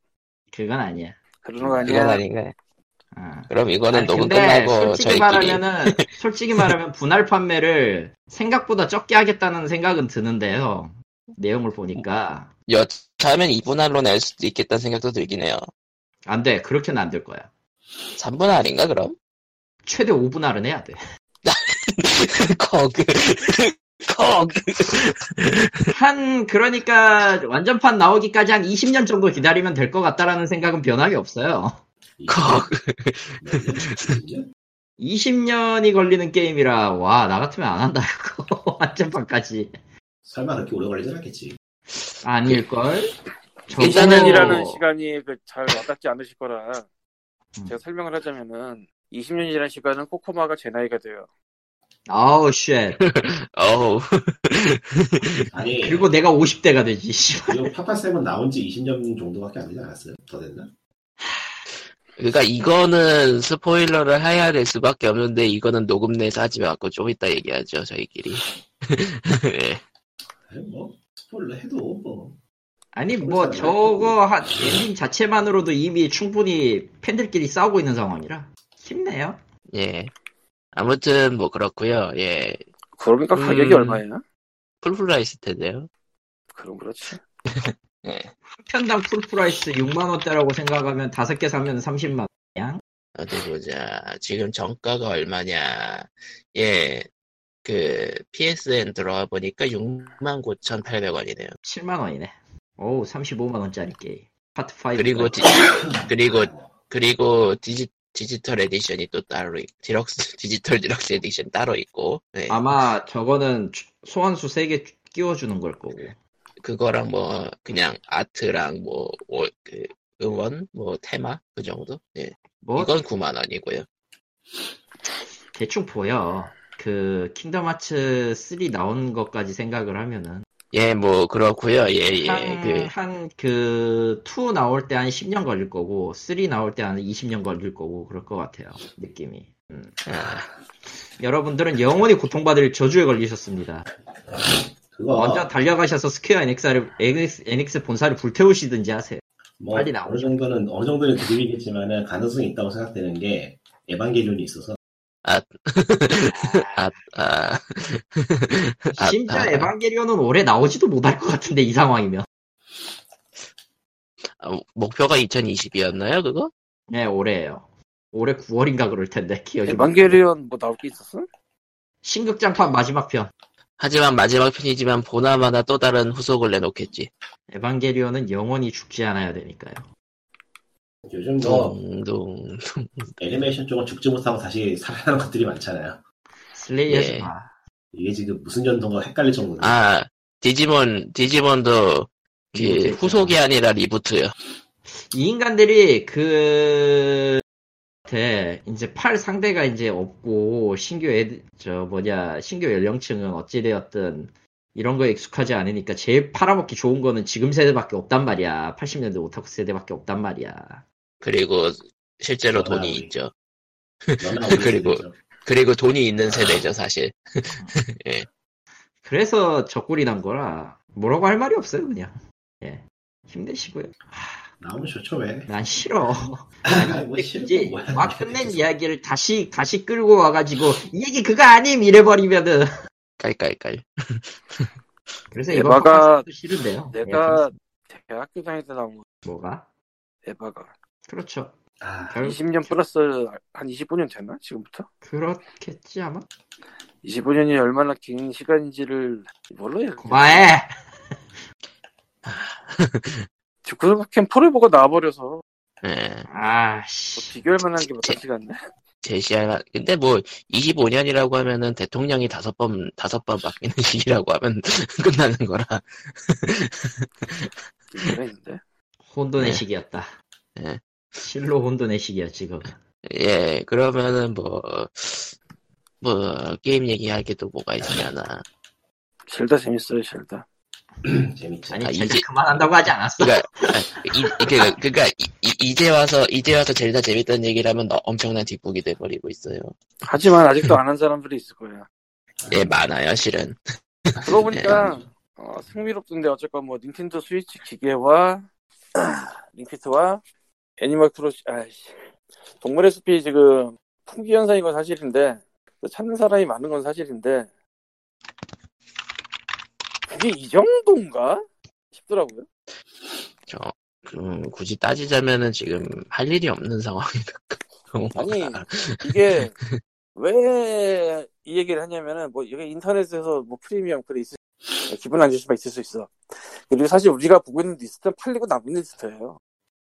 Speaker 3: 그건 아니야.
Speaker 4: 그런 거
Speaker 1: 그건
Speaker 4: 아니야
Speaker 1: 아닌가요?
Speaker 3: 아.
Speaker 1: 그럼 이거는
Speaker 3: 아니,
Speaker 1: 녹음
Speaker 3: 근데
Speaker 1: 끝나고 저희끼리
Speaker 3: 솔직히 말하면은 솔직히 말하면 분할 판매를 생각보다 적게 하겠다는 생각은 드는데요. 내용을 보니까
Speaker 1: 여차하면 2분할로 낼 수도 있겠다는 생각도 들긴 해요.
Speaker 3: 안 돼. 그렇게는 안 될 거야.
Speaker 1: 3분할인가 그럼?
Speaker 3: 최대 5분할은 해야 돼.
Speaker 1: 거그 거그
Speaker 3: 한 그러니까 완전판 나오기까지 한 20년 정도 기다리면 될 것 같다라는 생각은 변함이 없어요.
Speaker 1: 거그
Speaker 5: 이거
Speaker 3: 20년이 걸리는 게임이라 와 나 같으면 안 한다 이거 완전판까지
Speaker 5: 설마 그렇게 오래 걸리진 않겠지
Speaker 3: 아닐 걸.
Speaker 1: 일단은
Speaker 4: 일하는 시간이 그 잘 와닿지 않으실 거라
Speaker 3: 음.
Speaker 4: 제가 설명을 하자면은 20년이라는 시간은 코코마가 제 나이가 돼요
Speaker 3: 아우 쉣.
Speaker 1: 어우
Speaker 5: 아니
Speaker 3: 그리고 내가 50대가 되지. 씨발.
Speaker 5: 이거 파파세븐 나온 지 20년 정도밖에 안 되지 않았어요? 더 됐나?
Speaker 1: 그러니까 이거는 스포일러를 해야 될 수밖에 없는데 이거는 녹음 내서 하지 말고 좀 이따 얘기하죠 저희끼리 예.
Speaker 5: 아니 뭐 스포일러 해도 뭐
Speaker 3: 아니 뭐 저거 한 엔딩 자체만으로도 이미 충분히 팬들끼리 싸우고 있는 상황이라 힘내요.
Speaker 1: 예. 아무튼 뭐 그렇고요. 예.
Speaker 4: 그러니까 가격이
Speaker 1: 음.
Speaker 4: 얼마예요?
Speaker 1: 풀프라이스 텐데요.
Speaker 4: 그럼 그렇지
Speaker 3: 한 편당 풀프라이스 6만 원대라고 생각하면 다섯 개 사면 30만 원. 양?
Speaker 1: 어디 보자. 지금 정가가 얼마냐. 예. 그 PSN 들어와 보니까 69,800원이네요.
Speaker 3: 7만 원이네. 오 35만 원짜리 게임. 파트 5.
Speaker 1: 그리고 디, 그리고 그리고 디지 디지털 에디션이 또 따로 있, 디럭스 디지털 디럭스 에디션 따로 있고. 예.
Speaker 3: 아마 저거는 주- 소환수 3개 끼워주는 걸 거고.
Speaker 1: 그거랑 뭐 그냥 아트랑 뭐그 음원 뭐 테마 그 정도. 예.
Speaker 3: 뭐
Speaker 1: 이건 9만 원이고요.
Speaker 3: 대충 보여. 그 킹덤 하츠 3 나온 것까지 생각을 하면은
Speaker 1: 예, 뭐 그렇고요. 예, 예.
Speaker 3: 아.
Speaker 1: 그
Speaker 3: 한한그2 나올 때 한 10년 걸릴 거고 3 나올 때 한 20년 걸릴 거고 그럴 것 같아요 느낌이. 음.
Speaker 4: 아.
Speaker 3: 여러분들은 영원히 고통받을 저주에 걸리셨습니다.
Speaker 4: 어.
Speaker 5: 그거 뭐
Speaker 3: 먼저 달려가셔서 스퀘어 엔엑스를 엔엑스, 엔엑스 본사를 불태우시든지 하세요.
Speaker 5: 뭐
Speaker 3: 빨리 나오죠.
Speaker 5: 어느 정도는 어느 정도는 드립이겠지만은 가능성이 있다고 생각되는 게 에반게리온이 있어서
Speaker 1: 아, 아, 아,
Speaker 3: 심지어
Speaker 1: 아.
Speaker 3: 에반게리온은 올해 나오지도 못할 것 같은데 이 상황이면.
Speaker 1: 아, 목표가 2020이었나요, 그거?
Speaker 3: 네 올해예요. 올해 9월인가 그럴 텐데 기억이. 막-
Speaker 4: 에반게리온 뭐 나올 게 있었어?
Speaker 3: 신극장판 마지막 편.
Speaker 1: 하지만 마지막 편이지만 보나마나 또 다른 후속을 내놓겠지.
Speaker 3: 에반게리온은 영원히 죽지 않아야 되니까요.
Speaker 5: 요즘
Speaker 3: 음.
Speaker 5: 뭐
Speaker 3: 어.
Speaker 1: 둥둥.
Speaker 5: 애니메이션 쪽은 죽지 못하고 다시 살아나는 것들이 많잖아요.
Speaker 3: 슬레이하지
Speaker 1: 예.
Speaker 3: 마.
Speaker 5: 이게 지금 무슨 연도인가 헷갈릴 정도로
Speaker 1: 아, 디지몬, 디지몬도 그
Speaker 3: 리부트였잖아.
Speaker 1: 후속이 아니라 리부트요.
Speaker 3: 이 인간들이 그, 때 이제 팔 상대가 이제 없고, 신규 애, 저 뭐냐, 신규 연령층은 어찌되었든, 이런 거에 익숙하지 않으니까 제일 팔아먹기 좋은 거는 지금 세대밖에 없단 말이야. 80년대 오타쿠 세대밖에 없단 말이야.
Speaker 1: 그리고
Speaker 3: 아,
Speaker 1: 실제로
Speaker 5: 전화하고
Speaker 1: 돈이
Speaker 3: 네.
Speaker 5: 있-
Speaker 1: 있죠.
Speaker 5: 연하 올릴
Speaker 1: 그리고-
Speaker 5: 수도 있죠.
Speaker 1: 그리고 돈이 있는 세대죠, 사실.
Speaker 3: 그래서 적골이 난 거라. 뭐라고 할 말이 없어요 그냥 예 힘내시고요
Speaker 5: 나오면 좋죠 왜?
Speaker 3: 난 싫어
Speaker 5: 아니, 뭐 싫은
Speaker 3: 이제
Speaker 5: 건 뭐야?
Speaker 3: 막 끝낸 이야기를 다시 다시 끌고 와가지고 이 얘기 그거 아님 이래버리면은
Speaker 1: 깔깔깔.
Speaker 3: 그래서 이번
Speaker 4: 에바가
Speaker 3: 팟캐스트도 싫은데요 예,
Speaker 4: 내가 대학교 다닐 때 나온 거
Speaker 3: 뭐가
Speaker 4: 에바가
Speaker 3: 그렇죠
Speaker 5: 아,
Speaker 3: 결,
Speaker 4: 20년 플러스 한 25년 됐나 지금부터?
Speaker 3: 그렇겠지 아마
Speaker 4: 25년이 얼마나 긴 시간인지를 몰라요.
Speaker 3: 고마해
Speaker 4: 구석학캠 포를 보고 나와버려서
Speaker 1: 예.
Speaker 4: 뭐
Speaker 3: 아씨
Speaker 4: 비교할 만한 게 마땅치 가 않네.
Speaker 1: 제시할 근데 뭐 25년이라고 하면은 대통령이 다섯 번 다섯 번 바뀌는 시기라고 하면 끝나는 거라.
Speaker 4: 비교가 있는데.
Speaker 1: 네.
Speaker 3: 혼돈의 시기였다
Speaker 1: 네.
Speaker 3: 실로 혼돈의 시기야 지금
Speaker 1: 예, 그러면은 뭐, 뭐, 게임 얘기할 게 또 뭐가 있으려나.
Speaker 4: 젤다 재밌어요, 젤다.
Speaker 5: 재밌지.
Speaker 3: 아니
Speaker 1: 아,
Speaker 3: 제
Speaker 1: 이제-
Speaker 3: 그만한다고 하지 않았어
Speaker 1: 그니까, 그러니까, 아, 이, 이- 그니까, 그니까, 이- 이- 이제 와서, 이제 와서 젤다 재밌다는 얘기를 하면 너- 엄청난 뒷북이 돼버리고 있어요.
Speaker 4: 하지만 아직도 안 한 사람들이 있을 거야. 음.
Speaker 1: 예, 많아요, 실은.
Speaker 4: 그러고 보니까 어, 흥미롭던데 어쨌건 뭐 닌텐도 스위치 기계와 링피트와 애니멀 크로싱 아이씨 동물의 숲이 지금 풍기 현상인 건 사실인데 찾는 사람이 많은 건 사실인데 그게 이 정도인가 싶더라고요.
Speaker 1: 저, 음, 굳이 따지자면은 지금 할 일이 없는 상황이다.
Speaker 4: 아니 이게 왜 이 얘기를 하냐면은 뭐 이게 인터넷에서 뭐 프리미엄 글이 있을 수- 기분 안 줄 수가 있을 수 있어. 그리고 사실 우리가 보고 있는 리스트는 팔리고 남은 리스트예요.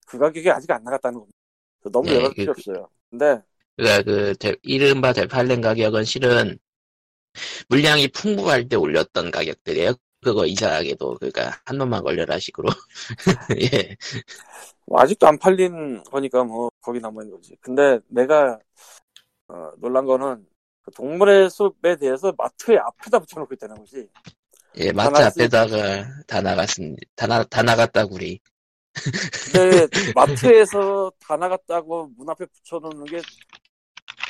Speaker 4: 그 가격이 아직 안 나갔다는 겁니다. 그래서 너무
Speaker 1: 네,
Speaker 4: 열받을
Speaker 1: 그-
Speaker 4: 필요 없어요. 근데
Speaker 1: 그니까 그, 대- 이른바 대팔렘 가격은 실은 물량이 풍부할 때 올렸던 가격들이에요. 그거 이상하게도, 그니까, 한 놈만 걸려라 식으로. 예.
Speaker 4: 뭐 아직도 안 팔린 거니까 뭐 거기 남아 있는 거지. 근데 내가 어, 놀란 거는 그 동물의 숲에 대해서 마트에 앞에다 붙여놓고 있다는 거지.
Speaker 1: 예, 마트
Speaker 4: 나갔습니다.
Speaker 1: 앞에다가 다 나갔습니다. 다, 나, 다 나갔다, 구리.
Speaker 4: 근데 마트에서 다 나갔다고 문 앞에 붙여놓는 게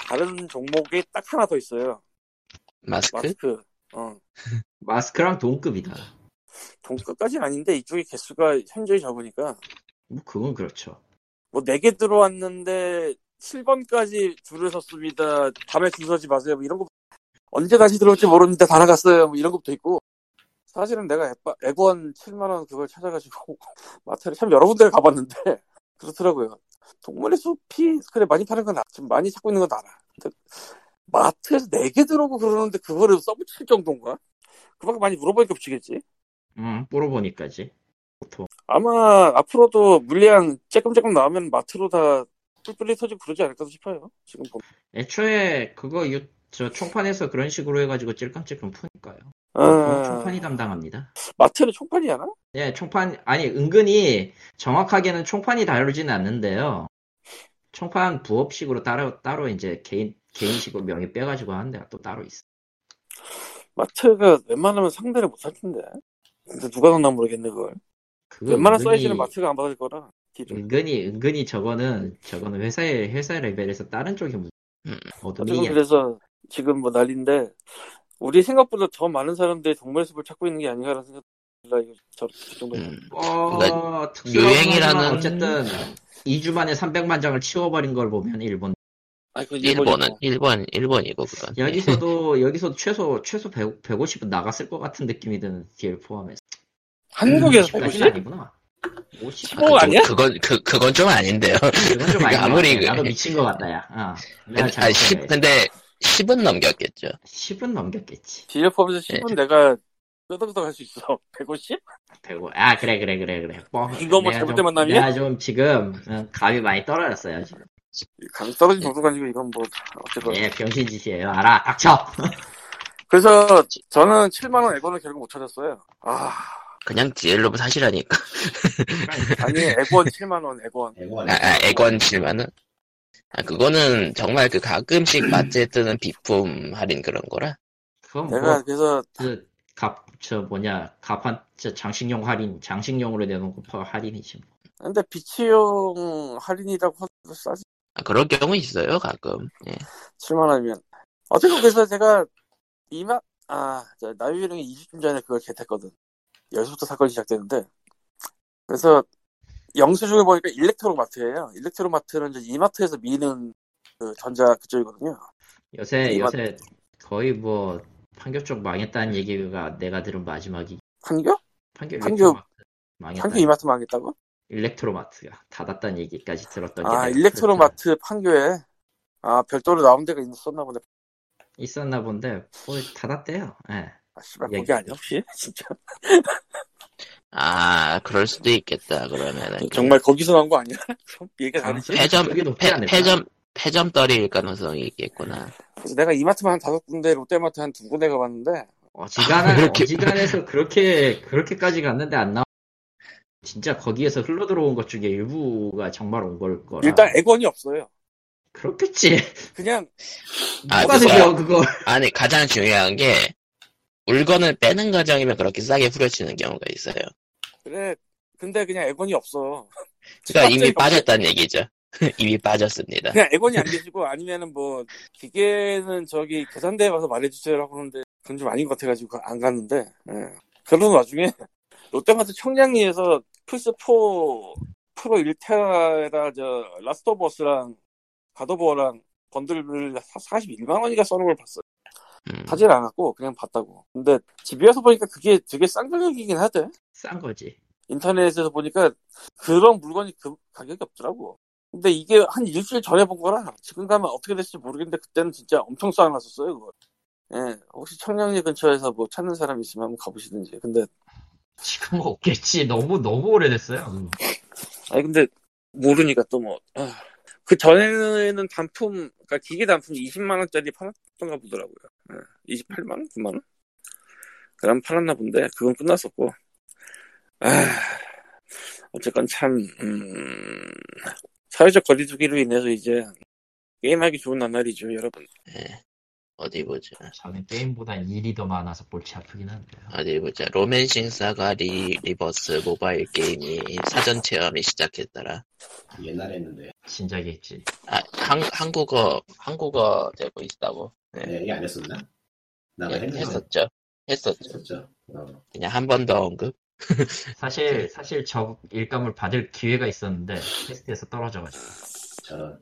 Speaker 4: 다른 종목이 딱 하나 더 있어요.
Speaker 1: 마스크?
Speaker 4: 마스크. 어.
Speaker 3: 마스크랑 동급이다
Speaker 4: 동급까지는 아닌데 이쪽에 개수가 현저히 적으니까
Speaker 3: 뭐 그건 그렇죠
Speaker 4: 뭐 네 개 들어왔는데 7번까지 줄을 섰습니다. 다음에 줄 서지 마세요. 뭐 이런 거 언제 다시 들어올지 모르는데 다 나갔어요. 뭐 이런 것도 있고 사실은 내가 액바- 액원 7만 원 그걸 찾아가지고 마트를 참 여러 군데를 가봤는데 그렇더라고요. 동물의 숲이 그래 많이 파는 건 알- 지금 많이 찾고 있는 건 알아. 근데 마트에서 네 개 들어오고 그러는데 그거를 써붙일 정도인가? 그만큼 많이 물어보니까 붙이겠지.
Speaker 3: 음 물어보니까지 보통
Speaker 4: 아마 앞으로도 물량 쬐끔쬐끔 나오면 마트로 다 뿔뿔이 터지고 그러지 않을까 싶어요. 지금 보면.
Speaker 3: 애초에 그거 유, 저 총판에서 그런 식으로 해가지고 찔끔찔끔 푸니까요
Speaker 4: 아,
Speaker 3: 어, 총판이 담당합니다
Speaker 4: 마트는 총판이야나?
Speaker 3: 예, 총판, 아니, 은근히 정확하게는 총판이 다루지는 않는데요. 총판 부업식으로 따로, 따로 이제 개인, 개인식으로 명의 빼가지고 하는 데가 또 따로 있어.
Speaker 4: 마트가 웬만하면 상대를 못 할 텐데. 근데 누가 넣나 모르겠네 그걸.
Speaker 3: 그거
Speaker 4: 웬만한
Speaker 3: 은근히- 음,
Speaker 4: 사이즈는 마트가 안 받을 거라. 딜을.
Speaker 3: 은근히, 은근히 저거는, 저거는 회사의, 회사 레벨에서 다른 쪽이 무슨,
Speaker 1: 음.
Speaker 4: 어쨌든
Speaker 3: 어둠이,
Speaker 4: 그래서 지금 뭐 난리인데 우리 생각보다 더 많은 사람들이 동물의 숲을 찾고 있는 게 아닌가라는 생각이 들라 이거 저 정도.
Speaker 1: 음.
Speaker 3: 어,
Speaker 1: 그러니까
Speaker 3: 특수하긴
Speaker 1: 유행이라는-
Speaker 3: 하지만 어쨌든, 2주 만에 300만 장을 치워버린 걸 보면 일본.
Speaker 4: 아니 그
Speaker 1: 일본은, 일본, 뭐 일본이고, 그건.
Speaker 3: 여기서도, 여기서도 최소, 최소 100, 150은 나갔을 것 같은 느낌이 드는 DL 포함해서.
Speaker 4: 한국에서
Speaker 3: 50까지는
Speaker 4: 150?
Speaker 3: 아니구나. 50.
Speaker 1: 아, 그건,
Speaker 4: 아니야?
Speaker 1: 그건, 그, 그건 좀 아닌데요.
Speaker 3: 그건 좀 그러니까 아닌
Speaker 1: 아무리
Speaker 3: 것 같아.
Speaker 1: 그-
Speaker 3: 나도 미친 것 같다, 야. 어. 내가
Speaker 1: 아, 10,
Speaker 3: 잘못했네.
Speaker 1: 근데 10은 넘겼겠죠.
Speaker 3: 10은 넘겼겠지.
Speaker 4: 딜 법에서 10은 내가 끄덕끄덕 할 수 있어. 150?
Speaker 3: 105. 아, 그래, 그래, 그래, 그래. 뭐,
Speaker 4: 이거 뭐
Speaker 3: 내가
Speaker 4: 잘못된
Speaker 3: 좀-
Speaker 4: 만남이야?
Speaker 3: 내가 좀 지금 어, 감이 많이 떨어졌어요, 지금.
Speaker 4: 감 떨어진 정도가 아니고 이건 뭐 어쨌건
Speaker 3: 예, 병신짓이에요. 알아, 닥쳐!
Speaker 4: 그래서 저는 7만 원 액원을 결국 못 찾았어요. 아
Speaker 1: 그냥 디엘로 사실하니까.
Speaker 4: 아니 액원 7만 원 액원
Speaker 5: 애권.
Speaker 1: 아, 아, 액원 7만원? 아, 그거는 정말 그 가끔씩 마트에 뜨는 비품 할인 그런 거라.
Speaker 3: 그건 뭐,
Speaker 4: 내가 그래서
Speaker 3: 그, 갑, 저 뭐냐, 갑한, 저 장식용 할인, 장식용으로 내놓은 거 할인이지. 뭐.
Speaker 4: 근데 비치용 할인이라고 하도 싸지
Speaker 1: 아, 그런 경우 있어요, 가끔. 예.
Speaker 4: 7만 원이면 아, 어쨌든 그래서 제가 이마 아저 나유이랑이 2주쯤 전에 그걸 겟했거든. 여기서부터 사건이 시작되는데 그래서 영수증을 보니까 일렉트로 마트예요. 일렉트로 마트는 이제 이마트에서 미는 그 전자 그쪽이거든요.
Speaker 3: 요새
Speaker 4: 이마-
Speaker 3: 요새 거의 뭐 판교 쪽 망했다는 얘기가 내가 들은 마지막이
Speaker 4: 판교?
Speaker 3: 판교
Speaker 4: 판교-
Speaker 3: 일렉트로 마트 망했다.
Speaker 4: 판교 이마트 망했다고?
Speaker 3: 일렉트로 마트가 닫았다는 얘기까지 들었던 게
Speaker 4: 아
Speaker 3: 내가
Speaker 4: 일렉트로
Speaker 3: 그랬잖아. 그렇죠.
Speaker 4: 마트 판교에 아 별도로 나온 데가 있었나 보네.
Speaker 3: 있었나 본데 거의 닫았대요. 예.
Speaker 4: 아 씨발
Speaker 3: 예.
Speaker 4: 그게 아니야 혹시 진짜
Speaker 1: 아, 그럴 수도 있겠다, 그러면은. 그
Speaker 4: 정말 거기서 나온 거 아니야? 그럼 얘기가 다르지.
Speaker 1: 패점,
Speaker 3: 여기 높지
Speaker 1: 패,
Speaker 3: 않을까?
Speaker 1: 패점, 패점 떨일 가능성이 있겠구나.
Speaker 4: 그래서 내가 이마트만 한 다섯 군데, 롯데마트 한 두 군데 가봤는데
Speaker 3: 어지간한
Speaker 1: 이렇게-
Speaker 3: 어지간해서 그렇게 그렇게까지 갔는데 안 나와. 진짜 거기에서 흘러 들어온 것 중에 일부가 정말 온 걸 거라.
Speaker 4: 일단 액원이 없어요.
Speaker 3: 그렇겠지.
Speaker 4: 그냥
Speaker 1: 아,
Speaker 3: 누가
Speaker 1: 그거야.
Speaker 3: 드려 그거.
Speaker 1: 아니, 가장 중요한 게, 물건을 빼는 과정이면 그렇게 싸게 후려치는 경우가 있어요.
Speaker 4: 그래 근데 그냥 액원이 없어.
Speaker 1: 그러니까 이미
Speaker 4: 수납자가 없어.
Speaker 1: 빠졌다는 얘기죠. 이미 빠졌습니다.
Speaker 4: 그냥 액원이 안 계시고 아니면은 뭐 기계는 저기 계산대에 가서 말해주세요라고 하는데 그건 좀 아닌 것 같아가지고 안 갔는데 예. 그런 와중에 롯데마트 청량리에서 플스4 프로 1테라에다 저 라스트 오브 어스랑 가도버랑 번들을 41만 원이가 써놓은 걸 봤어요
Speaker 1: 음,
Speaker 4: 사질 않았고 그냥 봤다고 근데 집에 와서 보니까 그게 되게 싼 가격이긴 하대
Speaker 3: 싼 거지.
Speaker 4: 인터넷에서 보니까 그런 물건이 그 가격이 없더라고. 근데 이게 한 일주일 전에 본 거라 지금 가면 어떻게 될지 모르겠는데 그때는 진짜 엄청 싸놨었어요 그거. 예, 혹시 청량리 근처에서 뭐 찾는 사람 있으면 한번 가보시든지. 근데
Speaker 3: 지금 없겠지. 너무 너무 오래됐어요. 음,
Speaker 4: 아니 근데 모르니까 또 뭐. 아. 그 전에는 단품, 그러니까 기계 단품 20만 원짜리 팔았던가 보더라고요. 예, 28만 원, 9만 원. 그럼 팔았나 본데 그건 끝났었고. 아, 어쨌건 참 음, 사회적 거리두기로 인해서 이제 게임하기 좋은 나날이죠, 여러분.
Speaker 1: 어디 보자.
Speaker 3: 저는 게임보다 일이 더 많아서 골치 아프긴 한데요.
Speaker 1: 어디 보자. 로맨싱 사가 리, 리버스 모바일 게임이 사전 체험이 시작했더라.
Speaker 5: 옛날에 했는데
Speaker 3: 진작이겠지.
Speaker 1: 아, 한, 한국어, 한국어 되고 있다고.
Speaker 5: 네, 얘기 안 했었나? 나가
Speaker 1: 예,
Speaker 5: 했는데
Speaker 1: 했었죠. 했었죠.
Speaker 5: 했었죠. 어.
Speaker 1: 그냥 한 번 더 언급.
Speaker 3: 사실 사실 저 일감을 받을 기회가 있었는데 테스트에서 떨어져가지고
Speaker 5: 저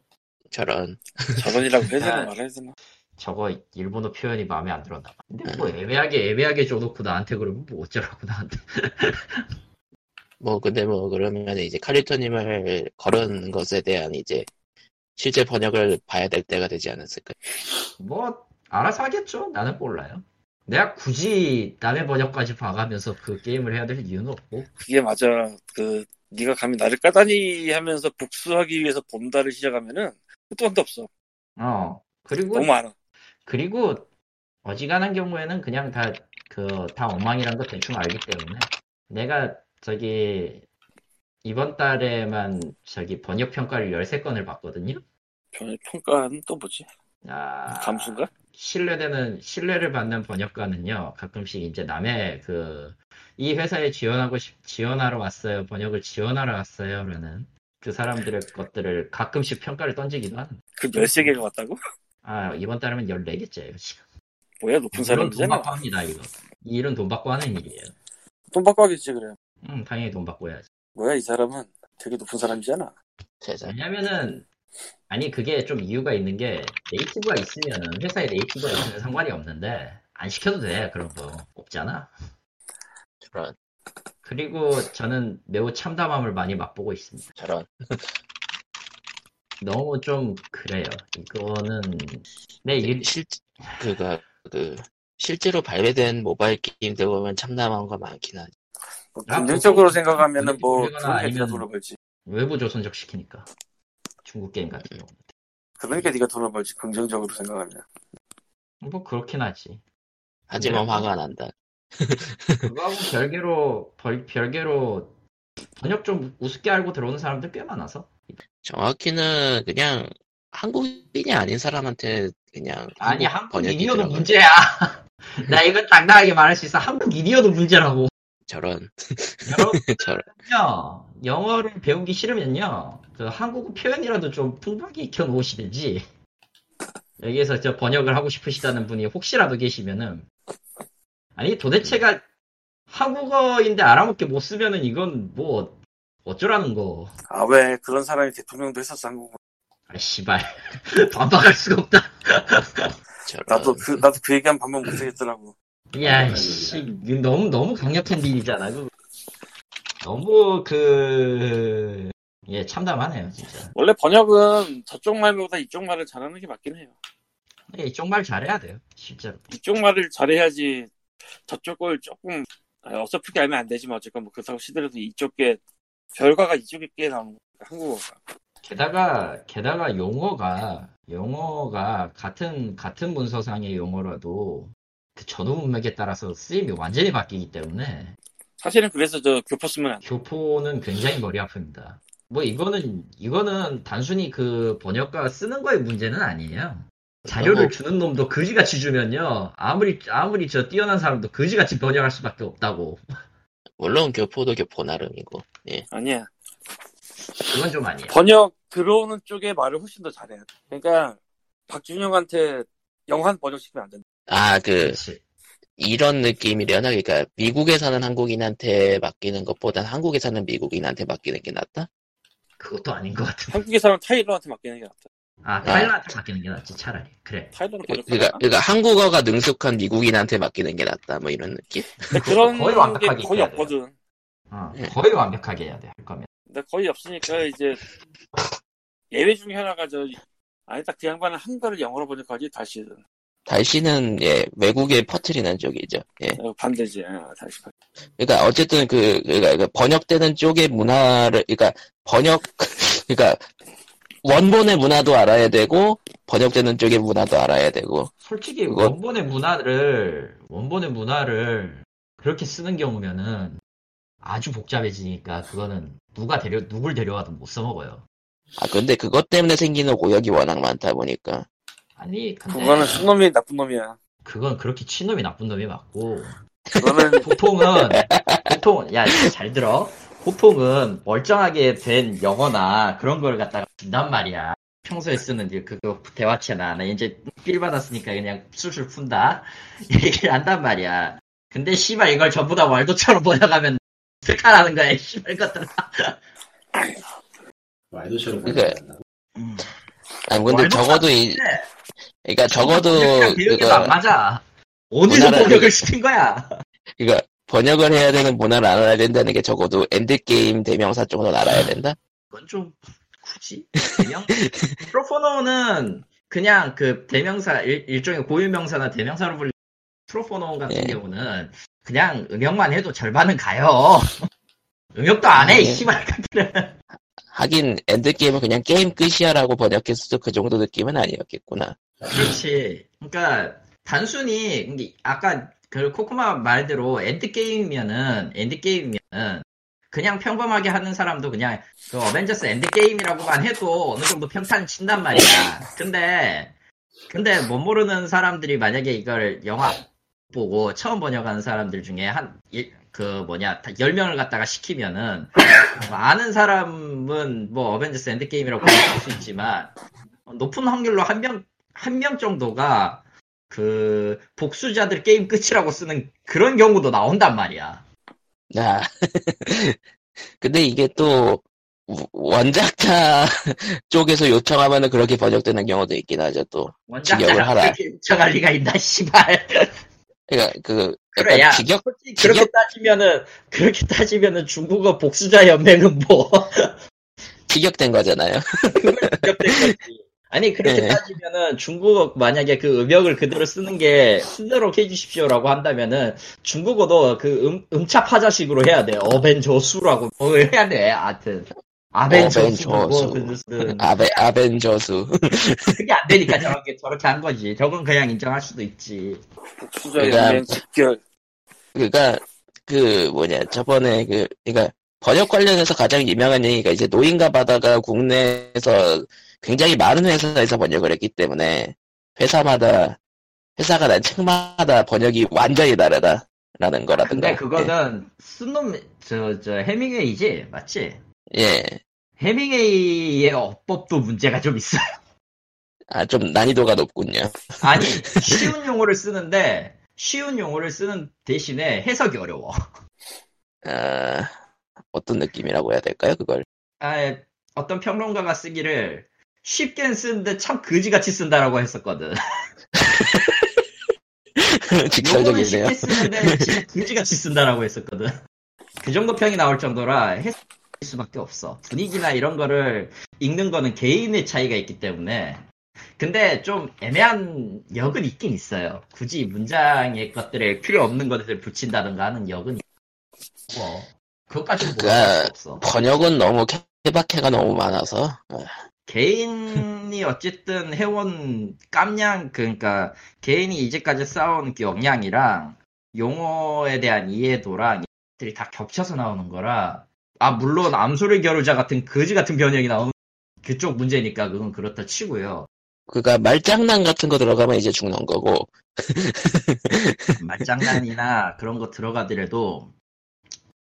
Speaker 1: 저런.
Speaker 4: 저번이라고 해야 되나
Speaker 3: 아.
Speaker 4: 말아야 되나?
Speaker 3: 저거 일본어 표현이 마음에 안 들었나 봐. 근데 뭐 애매하게 애매하게 줘놓고 나한테 그러면 뭐 어쩌라고 나한테.
Speaker 1: 뭐, 근데 뭐, 그러면 이제 카리토님을 걸은 것에 대한 이제 실제 번역을 봐야 될 때가 되지 않았을까.
Speaker 3: 뭐 알아서 하겠죠. 나는 몰라요. 내가 굳이 남의 번역까지 봐가면서 그 게임을 해야 될 이유는 없고
Speaker 4: 그게 맞아. 그 네가 감히 나를 까다니 하면서 복수하기 위해서 본다를 시작하면은 끝도 한도 없어.
Speaker 3: 어 그리고
Speaker 4: 너무 많아.
Speaker 3: 그리고 어지간한 경우에는 그냥 다, 그, 다 엉망이란 거 대충 알기 때문에 내가 저기 이번 달에만 저기 번역 평가를 13건을 봤거든요.
Speaker 4: 변- 평가는 또 뭐지?
Speaker 3: 아,
Speaker 4: 감수인가?
Speaker 3: 신뢰되는 신뢰를 받는 번역가는요. 가끔씩 이제 남의 그 이 회사에 지원하고 싶, 지원하러 왔어요. 번역을 지원하러 왔어요라는 그 사람들의 것들을 가끔씩 평가를 던지기도 하는.
Speaker 4: 그 13개가 왔다고?
Speaker 3: 아, 이번 달에면 14개째예요, 지금.
Speaker 4: 뭐야
Speaker 3: 물론
Speaker 4: 높은
Speaker 3: 돈
Speaker 4: 사람이잖아
Speaker 3: 받고 합니다, 이거. 이 일은 돈 받고 하는 일이에요.
Speaker 4: 돈 받고 하겠지 그래
Speaker 3: 응, 당연히 돈 받고 해야지.
Speaker 4: 뭐야 이 사람은 되게 높은 사람이잖아
Speaker 1: 세상.
Speaker 3: 왜냐면은, 아니, 그게 좀 이유가 있는 게, 네이티브가 있으면은, 회사에 네이티브가 있으면 상관이 없는데, 안 시켜도 돼, 그런 거. 없잖아.
Speaker 1: 저런.
Speaker 3: 그리고 저는 매우 참담함을 많이 맛보고 있습니다.
Speaker 1: 저런.
Speaker 3: 너무 좀, 그래요. 이거는, 내 일,
Speaker 1: 실, 그가, 그, 실제로 발매된 모바일 게임들 보면 참담한 거 많긴 하죠.
Speaker 4: 뭐
Speaker 3: 아,
Speaker 4: 긍정적으로
Speaker 3: 그거-
Speaker 4: 생각하면은 뭐
Speaker 3: 그거나
Speaker 4: 그런 게 네가
Speaker 3: 아니면-
Speaker 4: 돈을 벌지
Speaker 3: 외부 조선적 시키니까. 중국 게임 같은 경우는.
Speaker 4: 그러니까 네가 돈을 벌지 긍정적으로 생각하면
Speaker 3: 뭐, 그렇긴 하지.
Speaker 1: 하지만
Speaker 3: 네.
Speaker 1: 화가 난다.
Speaker 3: 그거하고 별개로, 벌, 별개로, 번역 좀 우습게 알고 들어오는 사람들 꽤 많아서.
Speaker 1: 정확히는 그냥 한국인이 아닌 사람한테 그냥
Speaker 3: 아니
Speaker 1: 한국 번역이
Speaker 3: 한국인이어도
Speaker 1: 들어가는
Speaker 3: 문제야. 나 이건 당당하게 말할 수 있어. 한국인이어도 문제라고.
Speaker 1: 저런 저런
Speaker 3: 여러분요 영어를 배우기 싫으면요 그 한국어 표현이라도 좀 풍부하게 익혀 놓으시든지 여기에서 저 번역을 하고 싶으시다는 분이 혹시라도 계시면은 아니 도대체가 한국어인데 알아먹게 못 쓰면은 이건 뭐 어쩌라는 거.
Speaker 4: 아 왜 그런 사람이 대통령도 했었어 한국은
Speaker 3: 아 씨발 반박할 수가 없다.
Speaker 1: 저런.
Speaker 4: 나도 그 나도 그 얘기한 반면 못하겠더라고
Speaker 3: 야, 씨, 너무 너무 강력한 딜이잖아. 그 너무 그 예, 참담하네요, 진짜.
Speaker 4: 원래 번역은 저쪽 말보다 이쪽 말을 잘하는 게 맞긴 해요
Speaker 3: 예, 이쪽 말 잘해야 돼요, 진짜로.
Speaker 4: 이쪽 말을 잘해야지 저쪽 걸 조금 아, 어설프게 알면 안 되지만 어쨌건 뭐 그렇다고 시더라도 이쪽 게 결과가 이쪽에 꽤 나오는 거니까 한국어가
Speaker 3: 게다가 게다가 용어가 용어가 같은 같은 문서상의 용어라도 그 전후 문맥에 따라서 쓰임이 완전히 바뀌기 때문에
Speaker 4: 사실은 그래서 저 교포 쓰면 안 돼.
Speaker 3: 교포는 굉장히 머리 아픕니다. 뭐 이거는 이거는 단순히 그 번역가 쓰는 거의 문제는 아니에요. 자료를
Speaker 1: 너무-
Speaker 3: 주는 놈도 그지같이 주면요. 아무리 아무리 저 뛰어난 사람도 그지같이 번역할 수밖에 없다고.
Speaker 1: 물론 교포도 교포 나름이고. 예.
Speaker 4: 아니야
Speaker 3: 그건 좀 아니에요.
Speaker 4: 번역 들어오는 쪽의 말을 훨씬 더 잘해 그러니까 박준영한테 영한 번역시키면 안 된다
Speaker 1: 아, 그,
Speaker 3: 그렇지.
Speaker 1: 이런 느낌이려나? 그러니까, 미국에 사는 한국인한테 맡기는 것보단 한국에 사는 미국인한테 맡기는 게 낫다?
Speaker 3: 그것도 아닌 것 같은데.
Speaker 4: 한국에 사람 타일러한테 맡기는 게 낫다
Speaker 3: 아 타일러한테 맡기는 게 낫지 차라리. 그래.
Speaker 4: 타일러는
Speaker 1: 그-
Speaker 4: 번역하잖아
Speaker 1: 그러니까, 그러니까 한국어가 능숙한 미국인한테 맡기는 게 낫다, 뭐 이런 느낌?
Speaker 4: 근데 그런
Speaker 3: 거의
Speaker 4: 게
Speaker 3: 완벽하게
Speaker 4: 거의
Speaker 3: 있어야 돼요.
Speaker 4: 없거든
Speaker 3: 어,
Speaker 1: 예.
Speaker 3: 거의 완벽하게 해야 돼. 할 거면.
Speaker 4: 근데 거의 없으니까 이제 예외 중에 하나가 저 아니 딱 그 양반은 한글을 영어로 번역하지 다시는
Speaker 1: 달씨는, 예, 외국에 퍼트리는 쪽이죠. 예.
Speaker 4: 어, 반대지 아, 다시
Speaker 1: 그러니까 어쨌든 그 그러니까 그 번역되는 쪽의 문화를 그러니까 번역 그러니까 원본의 문화도 알아야 되고 번역되는 쪽의 문화도 알아야 되고
Speaker 3: 솔직히
Speaker 1: 그거-
Speaker 3: 원본의 문화를 원본의 문화를 그렇게 쓰는 경우면은 아주 복잡해지니까 그거는 누가 데려 누굴 데려와도 못 써먹어요.
Speaker 1: 아 근데 그것 때문에 생기는 오역이 워낙 많다 보니까
Speaker 3: 아니 근데
Speaker 4: 그거는 순놈이 나쁜 놈이야
Speaker 3: 그건 그렇게 친놈이 나쁜 놈이 맞고
Speaker 4: 그거는
Speaker 3: 보통은 보통 야 잘 들어 보통은 멀쩡하게 된 영어나 그런 걸 갖다가 준단 말이야 평소에 쓰는 이제 그거 대화체나 나 이제 필 받았으니까 그냥 술술 푼다 얘기를 한단 말이야 근데 씨발 이걸 전부 다 월드처럼 번역하면 어떡하라는 거야 이 씨발 것들
Speaker 5: 와이드처럼
Speaker 1: 그러니까 아 근데
Speaker 3: 월드컵
Speaker 1: 적어도 이 그러니까 적어도
Speaker 3: 교육이 안
Speaker 1: 그거
Speaker 3: 맞아 오늘도
Speaker 1: 우리나라
Speaker 3: 번역을 시킨 거야
Speaker 1: 그러니까 번역을 해야 되는 문화를 알아야 된다는 게 적어도 엔드 게임 대명사 쪽은 알아야 된다.
Speaker 3: 그건 좀 굳이 대명 프로포노는 그냥 그 대명사 일, 일종의 고유명사나 대명사로 불리는 프로포노 같은
Speaker 1: 예.
Speaker 3: 경우는 그냥 응역만 해도 절반은 가요. 응역도 안 해,
Speaker 1: 예.
Speaker 3: 이 씨발 같은.
Speaker 1: 하긴 엔드 게임은 그냥 게임 끝이야라고 번역했어도 그 정도 느낌은 아니었겠구나.
Speaker 3: 그렇지. 그러니까 단순히 이게 아까 그 코코마 말대로 엔드 게임이면은 엔드 게임이면은 그냥 평범하게 하는 사람도 그냥 그 어벤져스 엔드 게임이라고만 해도 어느 정도 평탄을 친단 말이야. 근데 근데 못 모르는 사람들이 만약에 이걸 영화 보고 처음 번역하는 사람들 중에 한 그 뭐냐 10명을 갖다가 시키면은 아는 사람은 뭐 어벤져스 엔드 게임이라고 할 수 있지만 높은 확률로 한 명 한 명 정도가 그 복수자들 게임 끝이라고 쓰는 그런 경우도 나온단 말이야.
Speaker 1: 아. 근데 이게 또 우- 원작자 쪽에서 요청하면은 그렇게 번역되는 경우도 있긴 하죠 또. 직역을 하라.
Speaker 3: 원작자가 그렇게 요청할 리가 있나 씨발.
Speaker 1: 그러니까 그
Speaker 3: 그래, 야.
Speaker 1: 약간 직역
Speaker 3: 솔직히 그렇게 따지면은 그렇게 따지면은 중국어 복수자 연맹은 뭐
Speaker 1: 직역된 거잖아요.
Speaker 3: 직역된 거지. 아니 그렇게
Speaker 1: 네.
Speaker 3: 따지면은 중국어 만약에 그 음역을 그대로 쓰는 게 순대로 해주십시오라고 한다면은 중국어도 그 음, 음차 파자식으로 해야 돼. 어벤져수라고 뭐 해야 돼. 하여튼 아벤져수
Speaker 1: 어벤져수.
Speaker 3: 뭐 그든
Speaker 1: 아베 아벤저수.
Speaker 3: 그게 안 되니까 저렇게 저렇게 한 거지. 저건 그냥 인정할 수도 있지.
Speaker 4: 수자
Speaker 1: 그러니까-
Speaker 4: 연맹 직결
Speaker 1: 그러니까 그 뭐냐 저번에 그 그러니까 번역 관련해서 가장 유명한 얘기가 이제 노인과 바다가 국내에서 굉장히 많은 회사에서 번역을 했기 때문에 회사마다 회사가 난 책마다 번역이 완전히 다르다라는 거라든가.
Speaker 3: 아, 근데 그거는 쓴놈 저저 해밍웨이지 맞지?
Speaker 1: 예. 예.
Speaker 3: 해밍웨이의 어법도 문제가 좀 있어.
Speaker 1: 아, 좀 난이도가 높군요.
Speaker 3: 아니 쉬운 용어를 쓰는데 쉬운 용어를 쓰는 대신에 해석이 어려워.
Speaker 1: 아, 어떤 느낌이라고 해야 될까요? 그걸
Speaker 3: 아예 어떤 평론가가 쓰기를 쉽게 쓰는데 참 그지같이 쓴다라고 했었거든. 요거는
Speaker 1: 직설적이네요.
Speaker 3: 쉽게 쓰는데 진짜 그지같이 쓴다라고 했었거든. 그 정도 평이 나올 정도라 했을 수밖에 없어. 분위기나 이런 거를 읽는 거는 개인의 차이가 있기 때문에. 근데 좀 애매한 역은 있긴 있어요. 굳이 문장의 것들에 필요 없는 것들을 붙인다든가 하는 역은 있- 뭐 그것까지는
Speaker 1: 그러니까
Speaker 3: 뭐랄 수 없어.
Speaker 1: 번역은 너무 케바케가 너무 많아서 아,
Speaker 3: 개인이 어쨌든 해온 깜냥 그러니까 개인이 이제까지 쌓아온 그 역량이랑 용어에 대한 이해도랑 이들이 다 겹쳐서 나오는 거라 아 물론 암소를 겨루자 같은 거지 같은 변형이 나오는 그쪽 문제니까 그건 그렇다 치고요
Speaker 1: 그가 말장난 같은 거 들어가면 이제 죽는 거고
Speaker 3: 말장난이나 그런 거 들어가더라도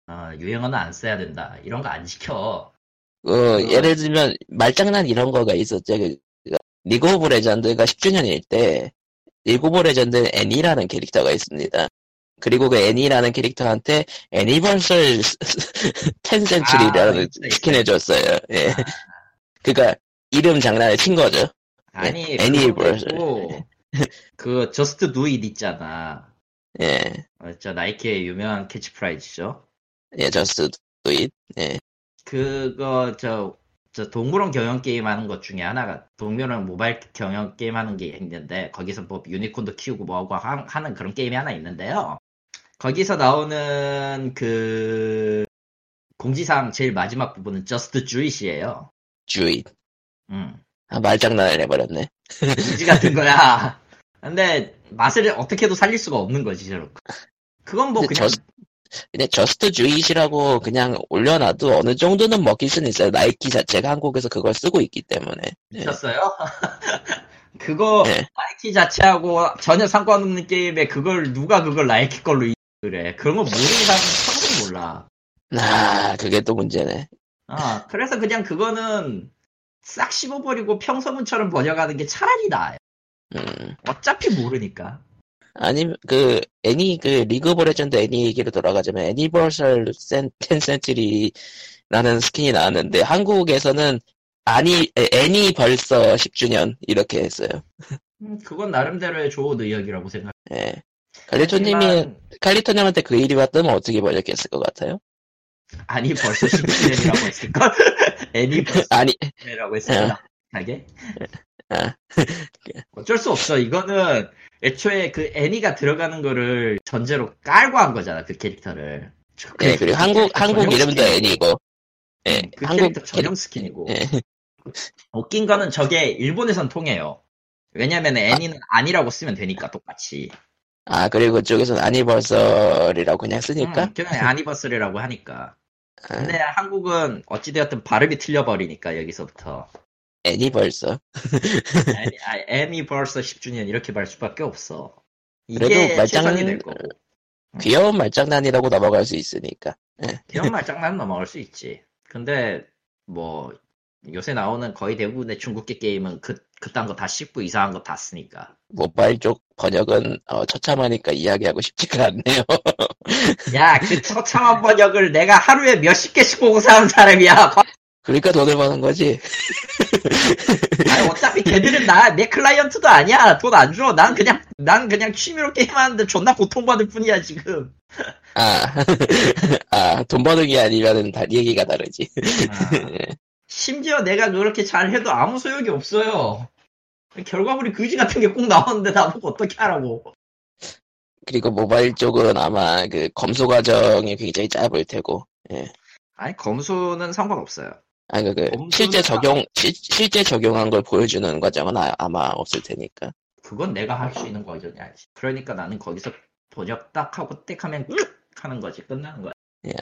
Speaker 3: 어, 유행어는 안 써야 된다 이런 거 안 지켜
Speaker 1: 어, 예를 들면 말장난 이런 거가 있었죠. 그, 그 리그 오브 레전드가 10주년일 때 리그 오브 레전드 애니라는 캐릭터가 있습니다. 그리고 그 애니라는 캐릭터한테 애니버설 10센츄리라는
Speaker 3: 있어, 있어.
Speaker 1: 스킨을 줬어요. 예.
Speaker 3: 아.
Speaker 1: 그러니까 이름 장난을 친 거죠.
Speaker 3: 아니
Speaker 1: 네, 애니
Speaker 3: 그거
Speaker 1: 벌-
Speaker 3: 말고 그 저스트 두잇 있잖아
Speaker 1: 예.
Speaker 3: 어, 저 나이키의 유명한 캐치프라이즈죠.
Speaker 1: 예, 저스트 두잇.
Speaker 3: 그거 저, 저 동물원 경영 게임 하는 것 중에 하나가 동물원 모바일 경영 게임 하는 게 있는데 거기서 뭐 유니콘도 키우고 뭐하고 하, 하는 그런 게임이 하나 있는데요. 거기서 나오는 그 공지사항 제일 마지막 부분은 저스트 주잇이에요.
Speaker 1: 주잇.
Speaker 3: 음.
Speaker 1: 아, 말장난을 해버렸네.
Speaker 3: 이지 같은 거야. 근데 맛을 어떻게도 살릴 수가 없는 거지, 저렇게. 그건 뭐
Speaker 1: 근데
Speaker 3: 그냥
Speaker 1: 저스- 근데 저스트 주잇이라고 그냥 올려놔도 어느 정도는 먹힐 수는 있어요. 나이키 자체가 한국에서 그걸 쓰고 있기 때문에. 예.
Speaker 3: 미쳤어요? 그거
Speaker 1: 예.
Speaker 3: 나이키 자체하고 전혀 상관없는 게임에 그걸 누가 그걸 나이키 걸로 이- 그래 그런 거 모르는 사람은 평생 몰라
Speaker 1: 아, 그게 또 문제네.
Speaker 3: 아 그래서 그냥 그거는 싹 씹어버리고 평소문처럼 번역하는 게 차라리 나아요
Speaker 1: 음.
Speaker 3: 어차피 모르니까
Speaker 1: 아니, 그, 애니, 그, 리그 오브 레전드 애니 얘기로 돌아가자면, 애니버셜 센, 10센츄리라는 스킨이 나왔는데, 한국에서는, 아니, 에, 애니 벌써 10주년, 이렇게 했어요.
Speaker 3: 음, 그건 나름대로의 좋은 의역이라고 생각해
Speaker 1: 예. 갈리토님이, 갈리토님한테 그 일이 왔다면 어떻게 번역했을 것 같아요?
Speaker 3: 아니 벌써 10년이라고 했을걸 애니 벌써
Speaker 1: 아니,
Speaker 3: 라고 네. 했습니다. 하게.
Speaker 1: 아.
Speaker 3: 어쩔 수 없어. 이거는 애초에 그 애니가 들어가는 거를 전제로 깔고 한 거잖아. 그 캐릭터를.
Speaker 1: 예, 그리고 한국, 한국 이름도 애니고, 예,
Speaker 3: 그
Speaker 1: 한국,
Speaker 3: 캐릭터 전용 스킨이고.
Speaker 1: 예.
Speaker 3: 웃긴 거는 저게 일본에선 통해요. 왜냐면 애니는 아니라고 쓰면 되니까 똑같이.
Speaker 1: 아, 그리고 그쪽에서는 아니버설이라고 그냥 쓰니까,
Speaker 3: 응, 그냥 아니버스리라고 음, 하니까.
Speaker 1: 그러니까? 아,
Speaker 3: 근데 한국은 어찌되었든 발음이 틀려버리니까 여기서부터.
Speaker 1: 애니벌서.
Speaker 3: 애니, 아, 애니 벌써 10주년 이렇게 말 수밖에 없어.
Speaker 1: 그래도
Speaker 3: 이게
Speaker 1: 말장난-
Speaker 3: 최선이 될 거고.
Speaker 1: 귀여운 말장난이라고 넘어갈 수 있으니까.
Speaker 3: 이런 말장난 넘어갈 수 있지. 근데 뭐 요새 나오는 거의 대부분의 중국계 게임은 그 그딴 거 다 씹고 이상한 거 다 쓰니까.
Speaker 1: 모바일 쪽 번역은 어, 처참하니까 이야기하고 싶지가 않네요.
Speaker 3: 야, 그 처참한 번역을 내가 하루에 몇십 개씩 보고 사는 사람이야.
Speaker 1: 그러니까 돈을 버는 거지.
Speaker 3: 아니, 어차피 걔들은 나 내 클라이언트도 아니야. 돈 안 줘. 난 그냥 난 그냥 취미로 게임하는데 존나 고통받을 뿐이야 지금.
Speaker 1: 아, 아, 돈 버는 게 아니면은 다 얘기가 다르지.
Speaker 3: 심지어 내가 그렇게 잘해도 아무 소용이 없어요. 결과물이 그지 같은 게 꼭 나오는데 나보고 어떻게 하라고.
Speaker 1: 그리고 모바일 쪽은 아마 그 검수 과정이 굉장히 짧을 테고.
Speaker 3: 아니 검수는 상관없어요.
Speaker 1: 아, 그, 그
Speaker 3: 검수는
Speaker 1: 실제 적용 실, 실제 적용한 걸 보여주는 과정은 아, 아마 없을 테니까.
Speaker 3: 그건 내가 할 수 있는 거죠. 야, 그러니까 나는 거기서 번역 딱 하고 띡 하면 끝 하는 거지. 끝나는 거야.
Speaker 1: 예.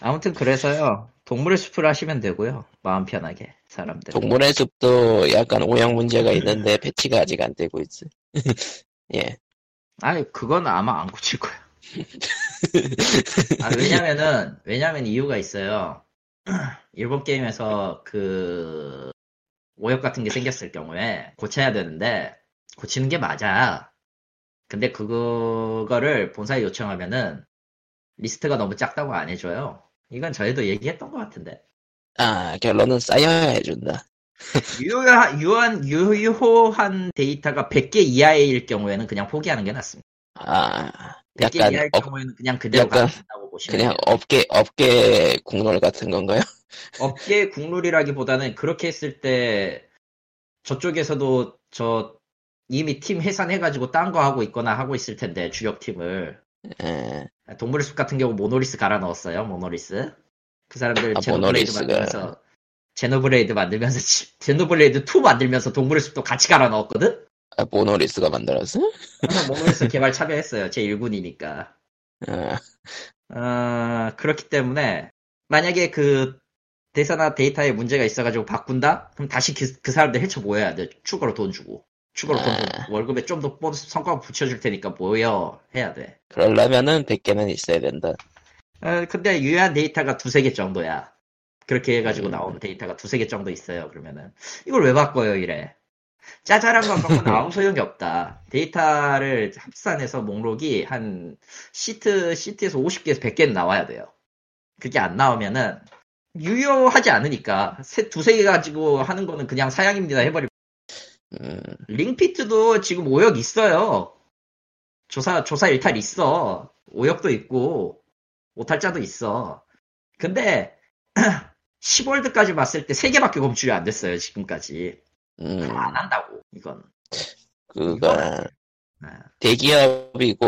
Speaker 3: 아무튼 그래서요. 동물의 숲을 하시면 되고요. 마음 편하게 사람들.
Speaker 1: 동물의 숲도 약간 오형 문제가 있는데 패치가 아직 안 되고 있어. 예.
Speaker 3: 아니 그건 아마 안 고칠 거야. 아, 왜냐면은 왜냐면 이유가 있어요. 일본 게임에서 그 오역 같은 게 생겼을 경우에 고쳐야 되는데 고치는 게 맞아. 근데 그거를 본사에 요청하면은 리스트가 너무 작다고 안 해줘요. 이건 저희도 얘기했던 것 같은데.
Speaker 1: 아, 결론은 쌓여야 해준다.
Speaker 3: 유효한, 유효한, 유효한 데이터가 100개 이하일 경우에는 그냥 포기하는 게 낫습니다.
Speaker 1: 아,
Speaker 3: 100개
Speaker 1: 약간,
Speaker 3: 이하일
Speaker 1: 업,
Speaker 3: 경우에는 그냥 그대로
Speaker 1: 약간
Speaker 3: 가신다고 보시면
Speaker 1: 그냥
Speaker 3: 돼요.
Speaker 1: 업계, 업계 국룰 같은 건가요?
Speaker 3: 업계 국룰이라기보다는 그렇게 했을 때 저쪽에서도 저 이미 팀 해산해가지고 딴 거 하고 있거나 하고 있을 텐데 주력 팀을
Speaker 1: 예.
Speaker 3: 동물의 숲 같은 경우 모노리스 갈아 넣었어요 모노리스 그 사람들
Speaker 1: 아,
Speaker 3: 제노블레이드
Speaker 1: 모노리스가.
Speaker 3: 만들면서 제노블레이드 만들면서 지- 제노블레이드 2 만들면서 동물의 숲도 같이 갈아 넣었거든
Speaker 1: 아, 모노리스가 만들었어?
Speaker 3: 그래서 모노리스 개발 참여했어요 제 1군이니까
Speaker 1: 아,
Speaker 3: 어, 그렇기 때문에 만약에 그 대사나 데이터에 문제가 있어가지고 바꾼다? 그럼 다시 그, 그 사람들 헤쳐 모여야 돼. 추가로 돈 주고. 추가로 돈
Speaker 1: 아.
Speaker 3: 주고. 월급에 좀 더 보너스 성과 붙여줄 테니까 모여 해야 돼.
Speaker 1: 그러려면은 100개는 있어야 된다.
Speaker 3: 어, 근데 유효한 데이터가 두세 개 정도야. 그렇게 해가지고
Speaker 1: 음.
Speaker 3: 나온 데이터가 두세 개 정도 있어요. 그러면은 이걸 왜 바꿔요 이래. 짜잘한 거 바꾸면 아무 소용이 없다. 데이터를 합산해서 목록이 한 시트 시트에서 50개에서 100개는 나와야 돼요. 그게 안 나오면은 유효하지 않으니까 세, 두세 개 가지고 하는 거는 그냥 사양입니다 해버리.
Speaker 1: 음,
Speaker 3: 링피트도 지금 오역 있어요. 조사, 조사 일탈 있어. 오역도 있고, 오탈자도 있어. 근데, 10월드까지 봤을 때 3개밖에 검출이 안 됐어요, 지금까지.
Speaker 1: 음,
Speaker 3: 그럼 안 한다고, 이건.
Speaker 1: 그가
Speaker 3: 네.
Speaker 1: 대기업이고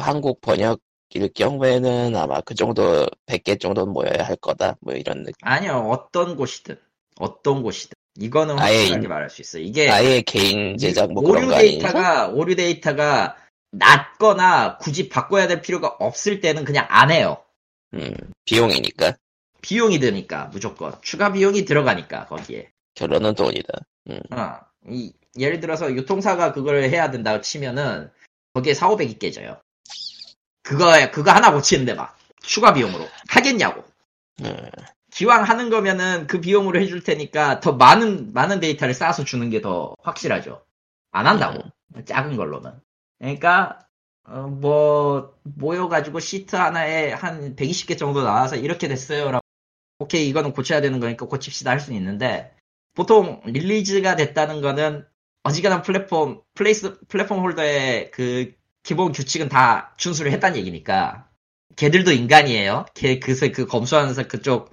Speaker 1: 한국 번역일 경우에는 아마 그 정도 100개 정도 모여야 할 거다. 뭐 이런 느낌.
Speaker 3: 아니요, 어떤 곳이든. 어떤 곳이든. 이거는
Speaker 1: 아예
Speaker 3: 확실하게
Speaker 1: 인-
Speaker 3: 말할 수 있어요. 이게,
Speaker 1: 아예 개인 제작 뭐 그런
Speaker 3: 오류
Speaker 1: 거 아닌가?
Speaker 3: 데이터가, 오류 데이터가 낮거나 굳이 바꿔야 될 필요가 없을 때는 그냥 안 해요.
Speaker 1: 음, 비용이니까
Speaker 3: 비용이 드니까 무조건 추가 비용이 들어가니까 거기에
Speaker 1: 결론은 돈이다.
Speaker 3: 어, 이- 예를 들어서 유통사가 그걸 해야 된다고 치면은 거기에 4, 500이 깨져요 그거 그거 하나 고치는데 막 추가 비용으로 하겠냐고
Speaker 1: 음,
Speaker 3: 기왕 하는 거면은 그 비용으로 해줄 테니까 더 많은 많은 데이터를 쌓아서 주는 게 더 확실하죠 안 한다고 작은 걸로는 그러니까 어, 뭐 모여가지고 시트 하나에 한 120개 정도 나와서 이렇게 됐어요라고 오케이 이거는 고쳐야 되는 거니까 고칩시다 할 수는 있는데 보통 릴리즈가 됐다는 거는 어지간한 플랫폼 플레이스 플랫폼 홀더의 그 기본 규칙은 다 준수를 했다는 얘기니까 걔들도 인간이에요. 걔 그새 그 검수하면서 그쪽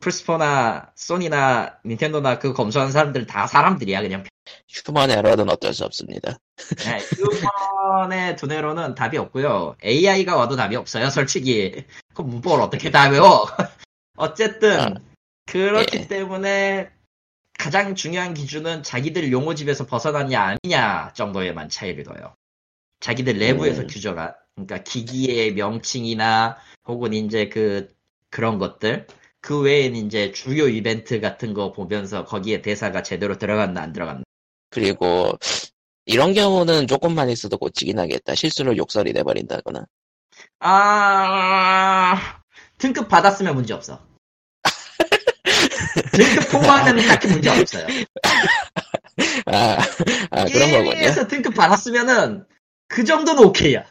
Speaker 3: 플스포나 소니나 닌텐도나 그 검수하는 사람들 다 사람들이야 그냥
Speaker 1: 휴먼 에러는 어쩔 수 없습니다.
Speaker 3: 네, 이번에 두뇌로는 답이 없고요. AI가 와도 답이 없어요. 솔직히 그 문법을 어떻게 다 외워? 어쨌든
Speaker 1: 아,
Speaker 3: 그렇기
Speaker 1: 예.
Speaker 3: 때문에 가장 중요한 기준은 자기들 용어집에서 벗어났냐 아니냐 정도에만 차이를 둬요. 자기들 내부에서
Speaker 1: 음.
Speaker 3: 규정한 그러니까 기기의 명칭이나 혹은 이제 그 그런 것들 그 외엔 이제 주요 이벤트 같은 거 보면서 거기에 대사가 제대로 들어갔나 안 들어갔나
Speaker 1: 그리고 이런 경우는 조금만 있어도 고치긴 하겠다. 실수로 욕설이 돼버린다거나.
Speaker 3: 아 등급 받았으면 문제 없어. 등급 통과하면 딱히 문제 없어요.
Speaker 1: 아, 아
Speaker 3: 예.
Speaker 1: 그런 거군요.
Speaker 3: 게임에서 등급 받았으면은 그 정도는 오케이야.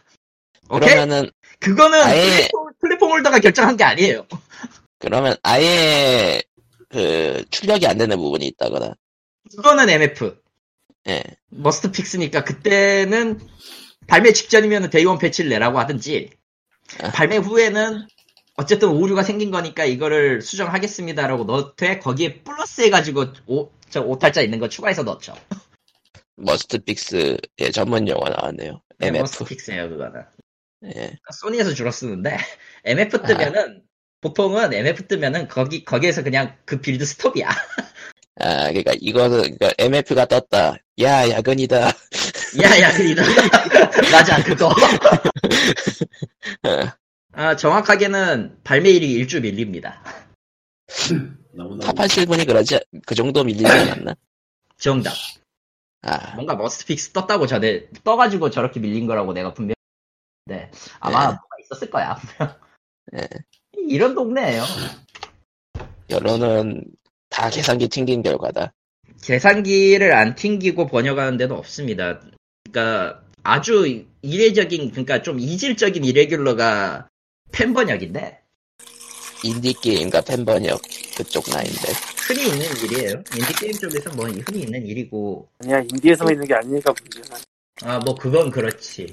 Speaker 3: 오케이?
Speaker 1: 그러면은
Speaker 3: 그거는
Speaker 1: 아예-
Speaker 3: 플랫폼, 플랫폼 홀더가 결정한 게 아니에요.
Speaker 1: 그러면 아예 그 출력이 안 되는 부분이 있다거나.
Speaker 3: 그거는 MF.
Speaker 1: 예.
Speaker 3: 머스트 픽스니까 그때는 발매 직전이면 데이원 패치를 내라고 하든지
Speaker 1: 아.
Speaker 3: 발매 후에는 어쨌든 오류가 생긴 거니까 이거를 수정하겠습니다라고 넣되 거기에 플러스 해가지고 오, 저 오탈자 있는 거 추가해서 넣죠.
Speaker 1: 머스트 픽스의 전문 용어 나왔네요.
Speaker 3: 네,
Speaker 1: MF.
Speaker 3: 머스트 픽스예요 그거는. 그러니까
Speaker 1: 예.
Speaker 3: 소니에서 주로 쓰는데 MF 뜨면은 보통은 MF 뜨면은 거기 거기에서 그냥 그 빌드 스톱이야.
Speaker 1: 아, 그러니까 이거는 그러니까 MF가 떴다. 야, 야근이다.
Speaker 3: 음. 야야 그리다. 맞아 그거. 아, 정확하게는 발매일이 일주 밀립니다.
Speaker 5: 너무너무
Speaker 1: 탑하실 분이 그러지 그 정도 밀리지 않았나?
Speaker 3: 정답.
Speaker 1: 아,
Speaker 3: 뭔가 머스트픽스 떴다고 전에 떠가지고 저렇게 밀린 거라고 내가 분명. 네 아마
Speaker 1: 네.
Speaker 3: 뭐가 있었을 거야.
Speaker 1: 네.
Speaker 3: 이런 동네예요.
Speaker 1: 결론은 다 계산기 튕긴 결과다.
Speaker 3: 계산기를 안 튕기고 번역하는 데도 없습니다. 그러니까 아주 이례적인 그러니까 좀 이질적인 이레귤러가 팬 번역인데
Speaker 1: 인디 게임과 팬 번역 그쪽 라인데
Speaker 3: 흔히 있는 일이에요. 인디 게임 쪽에서 뭐 흔히 있는 일이고
Speaker 4: 아니야 인디에서만 있는 게 아니니까 문제는
Speaker 3: 아 뭐 그건 그렇지.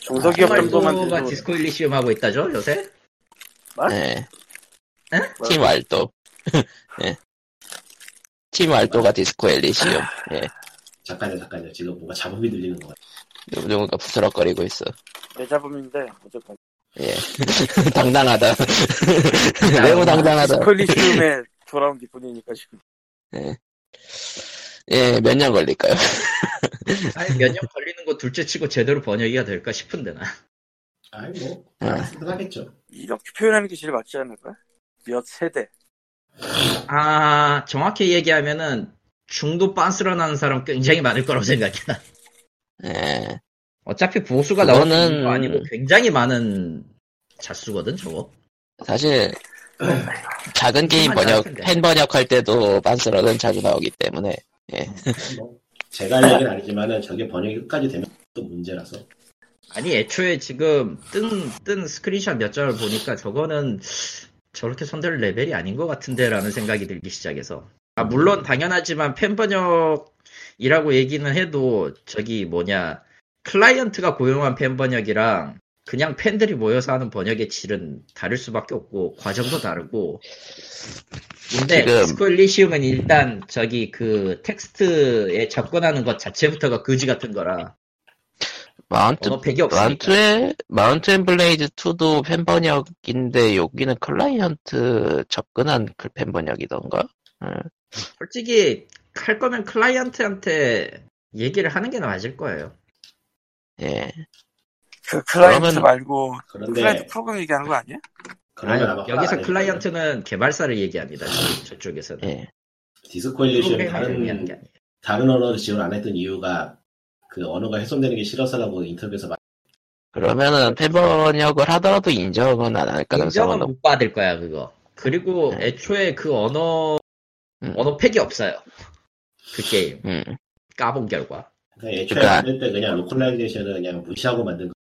Speaker 4: 중소기업
Speaker 1: 아,
Speaker 4: 정도만
Speaker 3: 가
Speaker 4: 돼도
Speaker 3: 디스코 일리시움 하고 있다죠 요새?
Speaker 4: 아?
Speaker 1: 네.
Speaker 3: 에?
Speaker 1: 팀 알도. 예. 팀 알도가
Speaker 3: 아.
Speaker 1: 디스코 엘리시움. 예.
Speaker 5: 잠깐요, 잠깐요. 지금 뭔가 잡음이 들리는 것 같아요.
Speaker 1: 누군가 부스럭거리고 있어.
Speaker 4: 내 잡음인데 어쨌건
Speaker 1: 예. 당당하다.
Speaker 3: 아.
Speaker 1: 매우 당당하다.
Speaker 4: 콜리시움에 돌아온 기분이니까 지금
Speaker 1: 예, 몇 년 걸릴까요?
Speaker 3: 아니 몇 년 걸리는 거 둘째 치고 제대로 번역이가 될까 싶은데 나.
Speaker 5: 아이, 뭐,
Speaker 1: 아.
Speaker 5: 쓰든 하겠죠.
Speaker 4: 이렇게 표현하는 게 제일 맞지 않을까? 몇 세대
Speaker 3: 아 정확히 얘기하면은 중도 빤스런하는 사람 굉장히 많을 거라고 생각해.
Speaker 1: 예.
Speaker 3: 어차피 보수가 나오는
Speaker 1: 그거는-
Speaker 3: 거 아니고 굉장히 많은 자수거든 저거.
Speaker 1: 사실, 음, 작은 게임 번역, 팬 번역할 때도 반스러는 자주 나오기 때문에.
Speaker 5: 뭐, 제가 할 얘기는 아니지만은 저게 번역이 끝까지 되면 또 문제라서.
Speaker 3: 아니 애초에 지금 뜬, 뜬 스크린샷 몇 장을 보니까 저거는 저렇게 손댈 레벨이 아닌 것 같은데라는 생각이 들기 시작해서 아 물론 당연하지만 팬 번역이라고 얘기는 해도 저기 뭐냐 클라이언트가 고용한 팬 번역이랑 그냥 팬들이 모여서 하는 번역의 질은 다를 수밖에 없고 과정도 다르고 근데
Speaker 1: 지금-
Speaker 3: 스콜리시움은 일단 저기 그 텍스트에 접근하는 것 자체부터가 거지 같은 거라
Speaker 1: 마운트,
Speaker 3: 언어 뭐, 네. 팩이 없으니까
Speaker 1: 마운트에, 마운트 앤 블레이즈 2도 팬 번역인데, 여기는 클라이언트 접근한 그 팬 번역이던가?
Speaker 3: 솔직히 할 거면 클라이언트한테 얘기를 하는 게 맞을 거예요.
Speaker 1: 예.
Speaker 4: 그 클라이언트
Speaker 1: 그러면- 네.
Speaker 4: 말고 클라이언트
Speaker 5: 그런데,
Speaker 4: 프로그램 얘기하는 거 아니야?
Speaker 5: 그러면 아마 화가
Speaker 3: 여기서
Speaker 5: 날
Speaker 3: 클라이언트는 개발사를 얘기합니다. 지금 저쪽에서는
Speaker 1: 예.
Speaker 5: 거예요. 디스코 일리시움
Speaker 3: 프로그램을 얘기하는
Speaker 5: 다른
Speaker 3: 게 아니에요.
Speaker 5: 다른 언어를 지원 안 했던 이유가 그 언어가 훼손되는 게 싫어서라고 인터뷰에서 말
Speaker 1: 그러면은 팬 번역을 하더라도 인정은 안 할 가능성은
Speaker 3: 인정은 뭐.
Speaker 1: 높,
Speaker 3: 못 받을 거야 그거. 그리고
Speaker 1: 네.
Speaker 3: 애초에 그 언어
Speaker 1: 음.
Speaker 3: 언어 팩이 없어요. 그 게임
Speaker 1: 음.
Speaker 3: 까본 결과.
Speaker 5: 그냥 애초에
Speaker 1: 그러니까-
Speaker 5: 만들 때 그냥 로컬라이제이션을 그냥 무시하고 만든 거.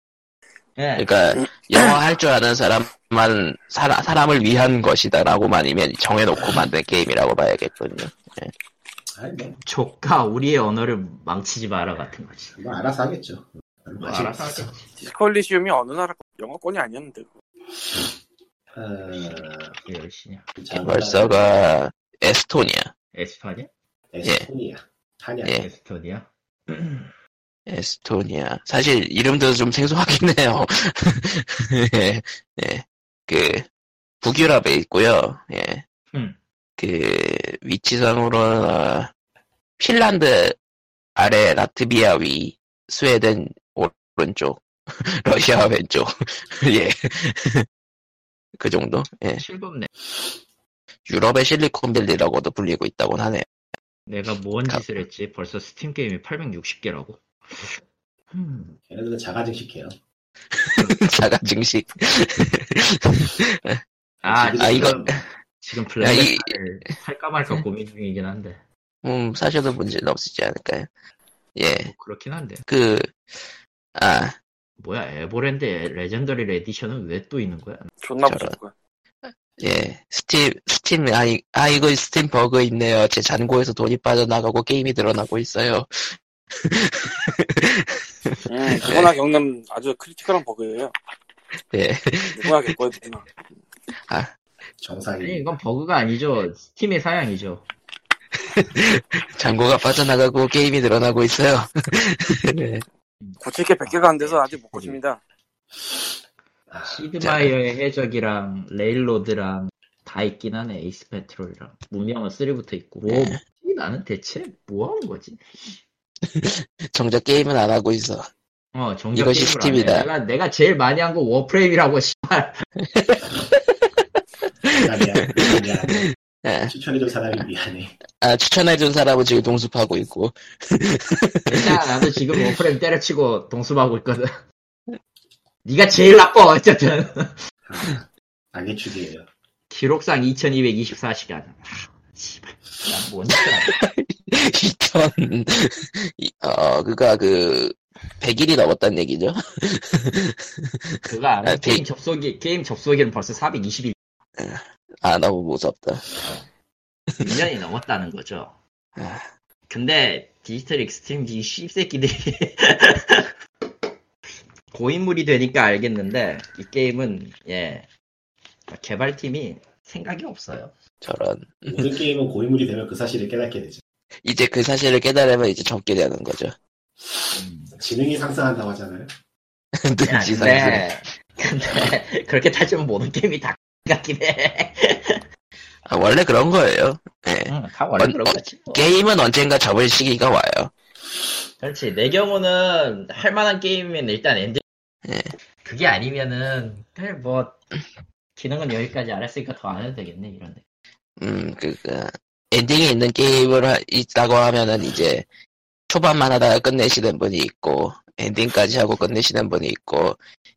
Speaker 3: 예.
Speaker 1: 그러니까 영어 할 줄 아는 사람만 사람, 사람을 위한 것이다라고만 이면 정해놓고 만든 게임이라고 봐야겠군요.
Speaker 5: 아이 뭐,
Speaker 3: 조카 우리의 언어를 망치지 마라 같은 거지.
Speaker 5: 뭐 알아서 하겠죠.
Speaker 3: 뭐 알아서 하겠지.
Speaker 4: 디스콜리시움이 어느 나라 거- 영어권이 아니었는데 그거.
Speaker 5: 어,
Speaker 3: 그게 열심히야.
Speaker 1: 벌써가 그- 에스토니아,
Speaker 3: 에스파냐?
Speaker 5: 에스토니아, 한양.
Speaker 1: 예.
Speaker 3: 에스토니아?
Speaker 1: 에스토니아. 사실 이름도 좀 생소하긴 해요. 예, 예. 그 북유럽에 있고요. 예.
Speaker 3: 음.
Speaker 1: 그 위치상으로는 어, 핀란드 아래, 라트비아 위, 스웨덴 오른쪽, 러시아 왼쪽. 예. 그 정도? 예.
Speaker 3: 실검네.
Speaker 1: 유럽의 실리콘밸리라고도 불리고 있다고 하네요.
Speaker 3: 내가 뭔
Speaker 1: 가-
Speaker 3: 짓을 했지? 벌써 스팀 게임이 860개라고.
Speaker 1: 음.
Speaker 5: 걔네들은 자가증식해요.
Speaker 1: 자가 증식.
Speaker 3: 아,
Speaker 5: 지금
Speaker 1: 아, 이거-
Speaker 3: 지금
Speaker 1: 야, 이-
Speaker 3: 플레이 살까 말까 고민 중이긴 한데
Speaker 1: 음, 사셔도 문제는 없지 않을까요? 예,
Speaker 3: 뭐 그렇긴 한데
Speaker 1: 그, 아,
Speaker 3: 뭐야 에버랜드 레전더리 에디션은 왜 또 있는
Speaker 1: 음.
Speaker 3: 거야?
Speaker 4: 존나
Speaker 1: 저런.
Speaker 4: 무섭고
Speaker 1: 예, 스팀, 스팀, 아, 이- 아, 이거 스팀 버그 있네요. 제 잔고에서 돈이 빠져나가고 게임이 늘어나고 있어요.
Speaker 4: 음, 누구나 겪는 아주 크리티컬한 버그예요
Speaker 1: 예,
Speaker 4: 누구나 겪어야 되구나
Speaker 3: 아니
Speaker 5: 정상이
Speaker 3: 이건 버그가 아니죠 스팀의 사양이죠.
Speaker 1: 잔고가 빠져나가고 게임이 늘어나고 있어요. 예,
Speaker 3: 음.
Speaker 4: 고칠 게 100개가 안 돼서 아직 못 고칩니다
Speaker 3: 시드마이어의 해적이랑 레일로드랑 다 있긴 하네 에이스 페트롤이랑 무명은 3부터 있고 뭐
Speaker 1: 네.
Speaker 3: 이 나는 대체 뭐 하는 거지?
Speaker 1: 정작 게임은 안 하고 있어.
Speaker 3: 어 정작
Speaker 1: 이것이
Speaker 3: 게임을 안 해.
Speaker 1: 스팀이다.
Speaker 3: 내가 내가 제일 많이 한 거 워프레임이라고 씨발
Speaker 5: 미안해, 미안해.
Speaker 1: 예,
Speaker 5: 추천해준 사람이 미안해.
Speaker 1: 아, 추천해준 사람은 지금 동습하고 있고.
Speaker 3: 야, 나도 지금 워프레임 때려치고 동숲하고 있거든. 네가 제일 나빠, 어쨌든.
Speaker 5: 아, 악의 축이에요.
Speaker 3: 기록상 2224시간. 아, 씨발. 난뭔 짓을 하냐.
Speaker 1: 2000, 이- 어, 그가 그, 100일이 넘었다는 얘기죠.
Speaker 3: 그거 알아?
Speaker 1: 아, 그-
Speaker 3: 게임 접속이 게임 접속일은 벌써 420일
Speaker 1: 아, 너무 무섭다.
Speaker 3: 년이 넘었다는 거죠.
Speaker 1: 아.
Speaker 3: 근데 디지털 익스트림기 씹새끼들이 고인물이 되니까 알겠는데 이 게임은 예 개발팀이 생각이 없어요.
Speaker 1: 저런.
Speaker 5: 모든 게임은 고인물이 되면 그 사실을 깨닫게 되죠.
Speaker 1: 이제 그 사실을 깨달으면 이제 접게 되는 거죠.
Speaker 3: 음.
Speaker 5: 지능이 상승한다고 하잖아요.
Speaker 3: 야,
Speaker 1: 능지 상승.
Speaker 3: 근데 근데 그렇게 따지면 모든 게임이 다 같긴 해.
Speaker 1: 아, 원래 그런 거예요. 예.
Speaker 3: 응, 다 원래
Speaker 1: 어,
Speaker 3: 그런
Speaker 1: 어,
Speaker 3: 거지. 뭐.
Speaker 1: 게임은 언젠가 접을 시기가 와요.
Speaker 3: 그렇지. 내 경우는 할 만한 게임이면 일단 엔딩.
Speaker 1: 예.
Speaker 3: 그게 아니면은 그냥 뭐 기능은 여기까지 알았으니까 더 안 해도 되겠네 이런데.
Speaker 1: 음, 그, 그, 엔딩이 있는 게임을 하- 있다고 하면은 이제 초반만 하다가 끝내시는 분이 있고, 엔딩까지 하고 끝내시는 분이 있고,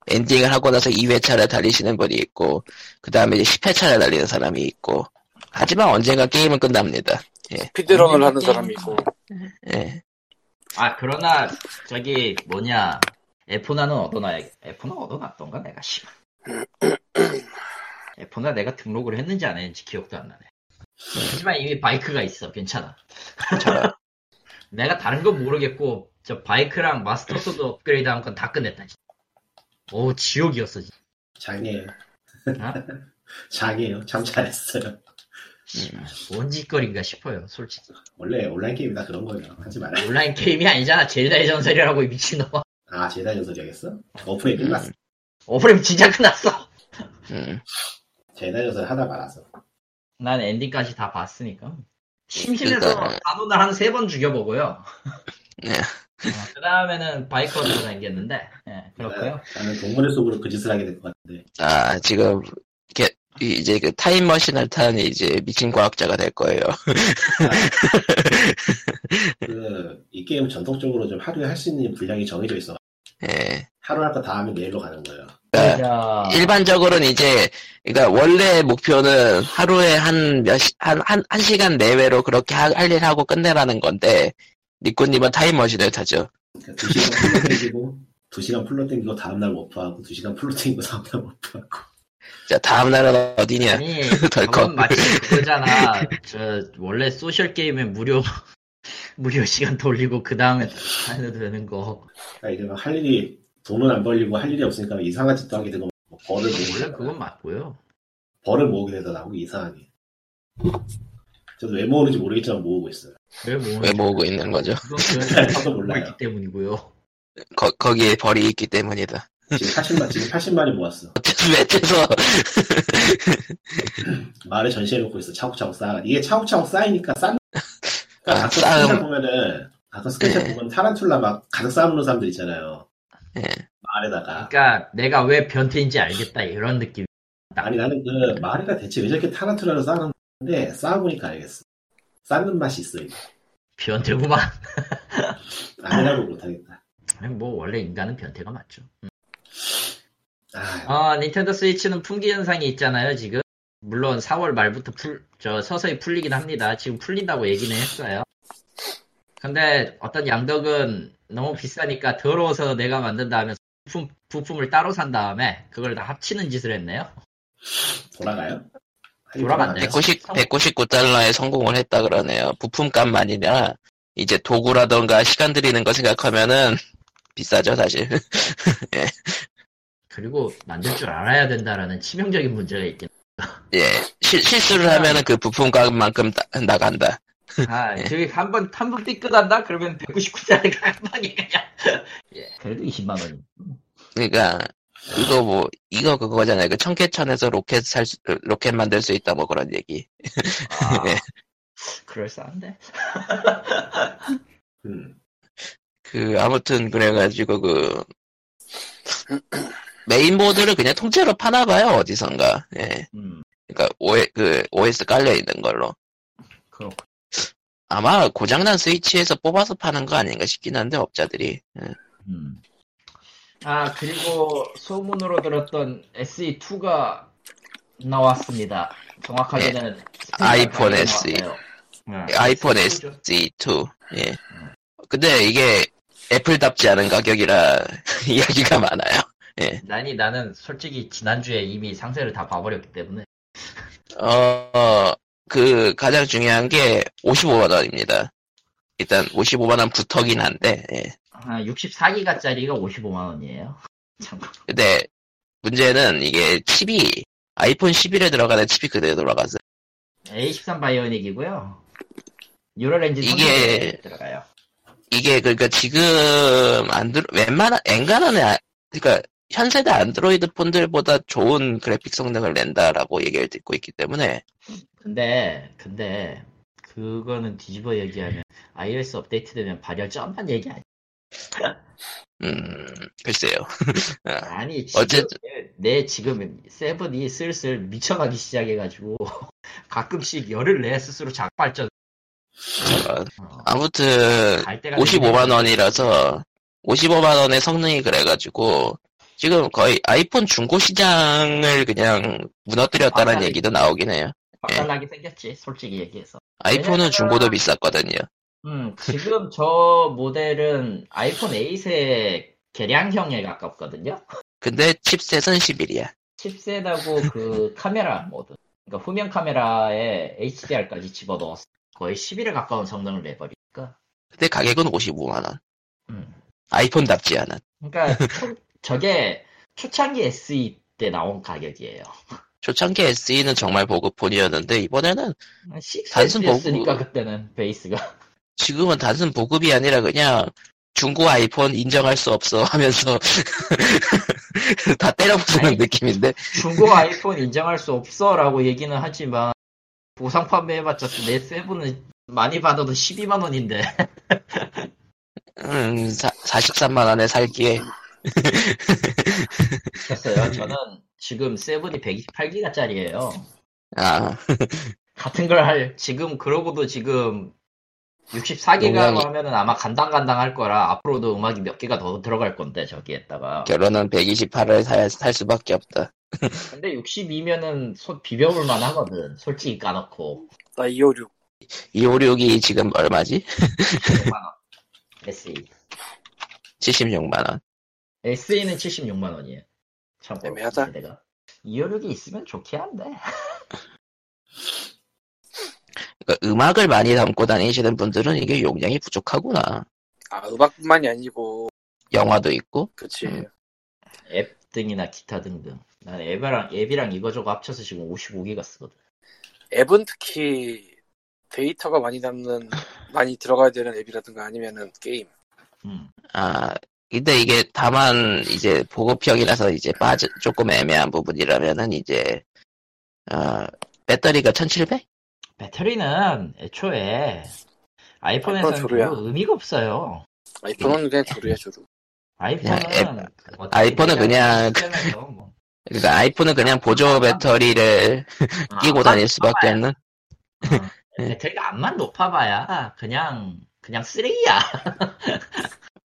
Speaker 1: 엔딩을 하고 나서 2회차를 달리시는 분이 있고, 그 다음에 이제 10회차를 달리는 사람이 있고, 하지만 언젠가 게임은 끝납니다.
Speaker 4: 피드런을
Speaker 3: 아니,
Speaker 4: 하는
Speaker 3: 게임-
Speaker 4: 사람이 있고
Speaker 1: 예.
Speaker 3: 아 그러나 저기 뭐냐 에포나는 얻어놔야 에포나 얻어놨던가 내가 씨. 에포나 내가 등록을 했는지 안 했는지 기억도 안 나네. 하지만 이미 바이크가 있어 괜찮아.
Speaker 1: 저런.
Speaker 3: 내가 다른 건 모르겠고 저 바이크랑 마스터 소드 업그레이드 한 건 다 끝냈다. 진짜. 오 지옥이었어. 진짜.
Speaker 5: 장애예요.
Speaker 3: 아?
Speaker 5: 장애예요. 참 잘했어요.
Speaker 3: 씨발, 뭔 짓거리인가 싶어요, 솔직히.
Speaker 5: 원래 온라인 게임이 다 그런 거예요. 하지 마라.
Speaker 3: 온라인 게임이 아니잖아, 젤다의 전설이라고, 이 미친놈아.
Speaker 5: 아, 제다 전설이겠어?
Speaker 3: 음.
Speaker 5: 오프닝 끝났어.
Speaker 3: 오프닝 진짜 끝났어!
Speaker 1: 음,
Speaker 5: 제다 전설 하다 말아서.
Speaker 3: 난 엔딩까지 다 봤으니까. 심심해서
Speaker 1: 그러니까.
Speaker 3: 단오날 한 세 번 죽여보고요.
Speaker 1: 네.
Speaker 3: 그 다음에는 바이커로 생겼는데, 예, 그렇고요.
Speaker 5: 나는 동물의 속으로 그 짓을 하게 될 것 같은데.
Speaker 1: 아, 지금, 게- 이- 이제 그 타임머신을 탄 이제 미친 과학자가 될 거예요.
Speaker 5: 그, 이 게임 전통적으로 좀 하루에 할 수 있는 분량이 정해져 있어.
Speaker 1: 예.
Speaker 5: 하루 할 거 다 하면 내일로 가는 거예요.
Speaker 1: 그러니까
Speaker 3: 자,
Speaker 1: 일반적으로는 이제 그러니까 원래 목표는 하루에 한몇한한 한 시간 내외로 그렇게 할 일 하고 끝내라는 건데 니꾸님은 타임머신을 타죠.
Speaker 5: 그러니까 두 시간 풀로 땡기고, 두 시간 풀로 땡기고, 다음날 워프하고, 두 시간 풀로 땡기고, 다음날 워프하고.
Speaker 1: 자 다음 날은 어디냐?
Speaker 3: 아니,
Speaker 1: 덜컥.
Speaker 3: 방금 마치 그거잖아. 저, 원래 소셜 게임에 무료, 무료 시간 돌리고, 그 다음에 해도 되는 거.
Speaker 5: 그러니까 이제 막할 일이, 돈은 안 벌리고 할 일이 없으니까 이상한 짓도 하게 되고, 뭐 벌을 모으고.
Speaker 3: 원래 그건 맞고요.
Speaker 5: 벌을 모으게 되더라고, 이상하게. 저도 왜 모으는지 모르겠지만 모으고 있어요.
Speaker 3: 왜 모으는
Speaker 1: 왜 모으고 있는 거죠?
Speaker 3: 그건 그냥
Speaker 5: 저도 몰라요.
Speaker 3: 있기 때문이고요.
Speaker 1: 거, 거기에 벌이 있기 때문이다.
Speaker 5: 지금 80만, 지금 80만이 모았어.
Speaker 1: 매트에서
Speaker 5: 말을 전시해놓고 있어. 차곡차곡 쌓아. 이게 차곡차곡 쌓이니까 쌓는.
Speaker 1: 아,
Speaker 5: 그러니까 가끔
Speaker 1: 쌓음.
Speaker 5: 스케쳐 보면은, 가끔 스케쳐
Speaker 1: 네.
Speaker 5: 보면 타란툴라 막 가득 쌓아놓는 사람들 있잖아요.
Speaker 1: 네.
Speaker 5: 말에다가.
Speaker 3: 그러니까 내가 왜 변태인지 알겠다 이런 느낌.
Speaker 5: 아니, 나는 그, 말이가 대체 왜 저렇게 타란툴라를 쌓았는데, 쌓아보니까 알겠어. 쌓는 맛이 있어, 이거.
Speaker 3: 변태구만.
Speaker 5: 아니라고 못하겠다.
Speaker 3: 아니, 뭐 원래 인간은 변태가 맞죠.
Speaker 5: 아,
Speaker 3: 아 닌텐도 스위치는 품귀 현상이 있잖아요 지금. 물론 4월 말부터 풀, 저 서서히 풀리긴 합니다. 지금 풀린다고 얘기는 했어요. 근데 어떤 양덕은 너무 비싸니까 더러워서 내가 만든 다음에 부품, 부품을 따로 산 다음에 그걸 다 합치는 짓을 했네요.
Speaker 5: 돌아가요?
Speaker 3: 돌아갔네.
Speaker 1: 190 199달러에 성공을 했다 그러네요. 부품값만이나 이제 도구라던가 시간 들이는 거 생각하면은 비싸죠 사실.
Speaker 3: 그리고 만들 줄 알아야 된다라는 치명적인 문제가 있긴.
Speaker 1: 예 실, 실수를 하면은 그 부품값만큼 따- 나간다.
Speaker 3: 아, 저기 한 번, 한 번 삐끗한다? 그러면 199짜리가 한 방에 그냥. 예, 그래도 20만원.
Speaker 1: 그러니까 이거 뭐 이거 그거잖아요. 그 청계천에서 로켓 살 수, 로켓 만들 수 있다 뭐 그런 얘기.
Speaker 3: 아,
Speaker 1: 예.
Speaker 3: 그럴싸한데?
Speaker 5: 음.
Speaker 1: 그 아무튼 그래가지고 그 메인보드를 그냥 통째로 파나봐요 어디선가. 예.
Speaker 3: 음,
Speaker 1: 그러니까 OS, 그 OS 깔려 있는 걸로.
Speaker 3: 그렇고.
Speaker 1: 아마 고장난 스위치에서 뽑아서 파는 거 아닌가 싶긴 한데 업자들이. 예.
Speaker 3: 음. 아, 그리고 소문으로 들었던 SE2가 나왔습니다. 정확하게는.
Speaker 1: 네. 아이폰 SE.
Speaker 3: 나왔어요. 네.
Speaker 1: 아이폰 E.
Speaker 3: SE2 죠.
Speaker 1: SE2. 예. 근데 이게 애플답지 않은 가격이라 이야기가 많아요.
Speaker 3: 아니 나는 솔직히 지난주에 이미 상세를 다 봐버렸기 때문에
Speaker 1: 어, 그 가장 중요한 게 55만 원입니다. 일단 55만 원 부터긴 한데, 예.
Speaker 3: 아, 64기가짜리가 55만 원이에요. 참고.
Speaker 1: 근데 문제는 이게 칩이 아이폰 11에 들어가는 칩이 그대로 돌아가서
Speaker 3: A13 바이오닉이고요. 뉴럴엔진
Speaker 1: 이게-
Speaker 3: 성능이 들어가요.
Speaker 1: 이게 그러니까 지금 안드로 웬만한 엔간한 아- 그러니까 현세대 안드로이드 폰들보다 좋은 그래픽 성능을 낸다라고 얘기를 듣고 있기 때문에
Speaker 3: 근데 근데 그거는 뒤집어 얘기하면 iOS 업데이트되면 발열 점만 얘기 아니야.
Speaker 1: 음 글쎄요
Speaker 3: 아니 지금
Speaker 1: 어쨌든.
Speaker 3: 내- 내 지금 세븐이 슬슬 미쳐가기 시작해가지고 가끔씩 열을 내 스스로 자발전.
Speaker 1: 어, 아무튼
Speaker 3: 갈 때가
Speaker 1: 55만 원이라서 55만 원의 성능이 그래가지고 지금 거의 아이폰 중고 시장을 그냥 무너뜨렸다는
Speaker 3: 아,
Speaker 1: 얘기도 나오긴 해요.
Speaker 3: 박살나게 생겼지 솔직히 얘기해서.
Speaker 1: 아이폰은
Speaker 3: 왜냐면-
Speaker 1: 중고도 비쌌거든요.
Speaker 3: 음, 지금 저 모델은 아이폰 8의 개량형에 가깝거든요.
Speaker 1: 근데 칩셋은 11이야.
Speaker 3: 칩셋하고 그 카메라 모드, 그러니까 후면 카메라에 HDR까지 집어넣었어. 거의 10일에 가까운 성능을 내버리니까.
Speaker 1: 근데 가격은 55만 원.
Speaker 3: 음.
Speaker 1: 아이폰답지 않은.
Speaker 3: 그러니까 초- 저게 초창기 SE 때 나온 가격이에요.
Speaker 1: 초창기 SE는 정말 보급폰이었는데 이번에는
Speaker 3: 6였으니까
Speaker 1: 단순 보급.
Speaker 3: 그때는 베이스가.
Speaker 1: 지금은 단순 보급이 아니라 그냥 중고 아이폰 인정할 수 없어 하면서 다 때려부수는
Speaker 3: 아니,
Speaker 1: 느낌인데
Speaker 3: 중고 아이폰 인정할 수 없어라고 얘기는 하지만 보상 판매해봤자 내 세븐은 많이 받아도 12만 원인데.
Speaker 1: 음, 사, 43만 원에 살기에
Speaker 3: 됐어요. 저는 지금 세븐이 128기가짜리예요.
Speaker 1: 아
Speaker 3: 같은 걸 할, 지금 그러고도 지금 64기가
Speaker 1: 용량이-
Speaker 3: 하면은 아마 간당간당 할 거라 앞으로도 음악이 몇 개가 더 들어갈 건데 저기에다가
Speaker 1: 결혼은 128을 사야 살 수밖에 없다.
Speaker 3: 근데 62면은 손 비벼볼만 하거든 솔직히 까놓고
Speaker 4: 나 256.
Speaker 1: 256이 지금 얼마지?
Speaker 3: 16만 원 SE
Speaker 1: 76만 원.
Speaker 3: SE는 76만 원이에요 참고로
Speaker 4: 애매하다.
Speaker 3: 내가 256이 있으면 좋긴 한데
Speaker 1: 그러니까 음악을 많이 담고 다니시는 분들은 이게 용량이 부족하구나.
Speaker 4: 아, 음악뿐만이 아니고,
Speaker 1: 영화도 있고.
Speaker 4: 그치.
Speaker 1: 음.
Speaker 3: 앱 등이나 기타 등등 난 앱이랑, 앱이랑 이거저거 합쳐서 지금 55기가 쓰거든
Speaker 4: 앱은 특히 데이터가 많이 남는, 많이 들어가야 되는 앱이라든가 아니면은 게임.
Speaker 3: 음.
Speaker 1: 아 근데 이게 다만 이제 보급형이라서 이제 빠져 조금 애매한 부분이라면은 이제 아 배터리가 1700?
Speaker 3: 배터리는 애초에 아이폰에서는
Speaker 4: 아이폰 조류야.
Speaker 3: 별로 의미가 없어요
Speaker 4: 아이폰은 그냥 조류야, 조류.
Speaker 3: 아이폰은
Speaker 1: 그냥
Speaker 3: 어차피
Speaker 1: 네, 아이폰은 그냥
Speaker 3: 시스템에서 뭐.
Speaker 1: 그러니까 아이폰은 그냥 보조 배터리를 끼고 다닐 수밖에 없는.
Speaker 3: 아, 배터리가 암만 높아봐야 그냥 그냥 쓰레기야.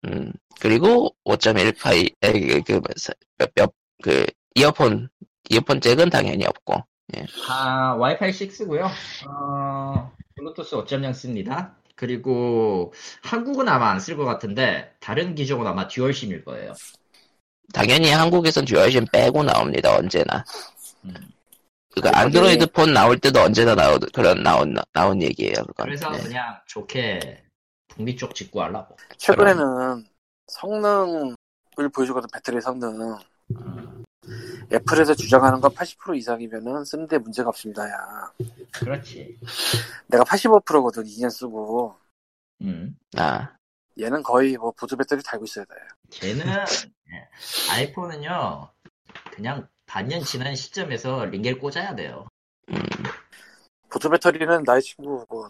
Speaker 1: 음, 그리고 5.1파이, 에, 그, 그, 몇, 몇, 그, 이어폰, 이어폰 잭은 당연히 없고,
Speaker 3: 아 와이파이 6고요. 어, 블루투스 5.0 씁니다. 그리고 한국은 아마 안 쓸 것 같은데 다른 기종은 아마 듀얼심일 거예요.
Speaker 1: 당연히 한국에선 듀얼심 빼고 나옵니다, 언제나.
Speaker 3: 음. 아,
Speaker 1: 그니까, 안드로이드 폰 나올 때도 언제나 나오, 그런, 나온, 나온 얘기예요 그건.
Speaker 3: 그래서
Speaker 1: 네.
Speaker 3: 그냥 좋게 북미 쪽 직구 하려고.
Speaker 4: 최근에는 성능을 보여주거든, 배터리 성능. 음. 애플에서 주장하는 건 80% 이상이면은 쓰는데 문제가 없습니다, 야.
Speaker 3: 그렇지.
Speaker 4: 내가 85%거든, 2년 쓰고.
Speaker 3: 음.
Speaker 1: 아,
Speaker 4: 얘는 거의 뭐 보조 배터리 달고 있어야 돼.
Speaker 3: 걔는 예, 아이폰은요 그냥 반년 지난 시점에서 링겔 꽂아야 돼요.
Speaker 1: 음,
Speaker 4: 보조 배터리는 나의 친구고 뭐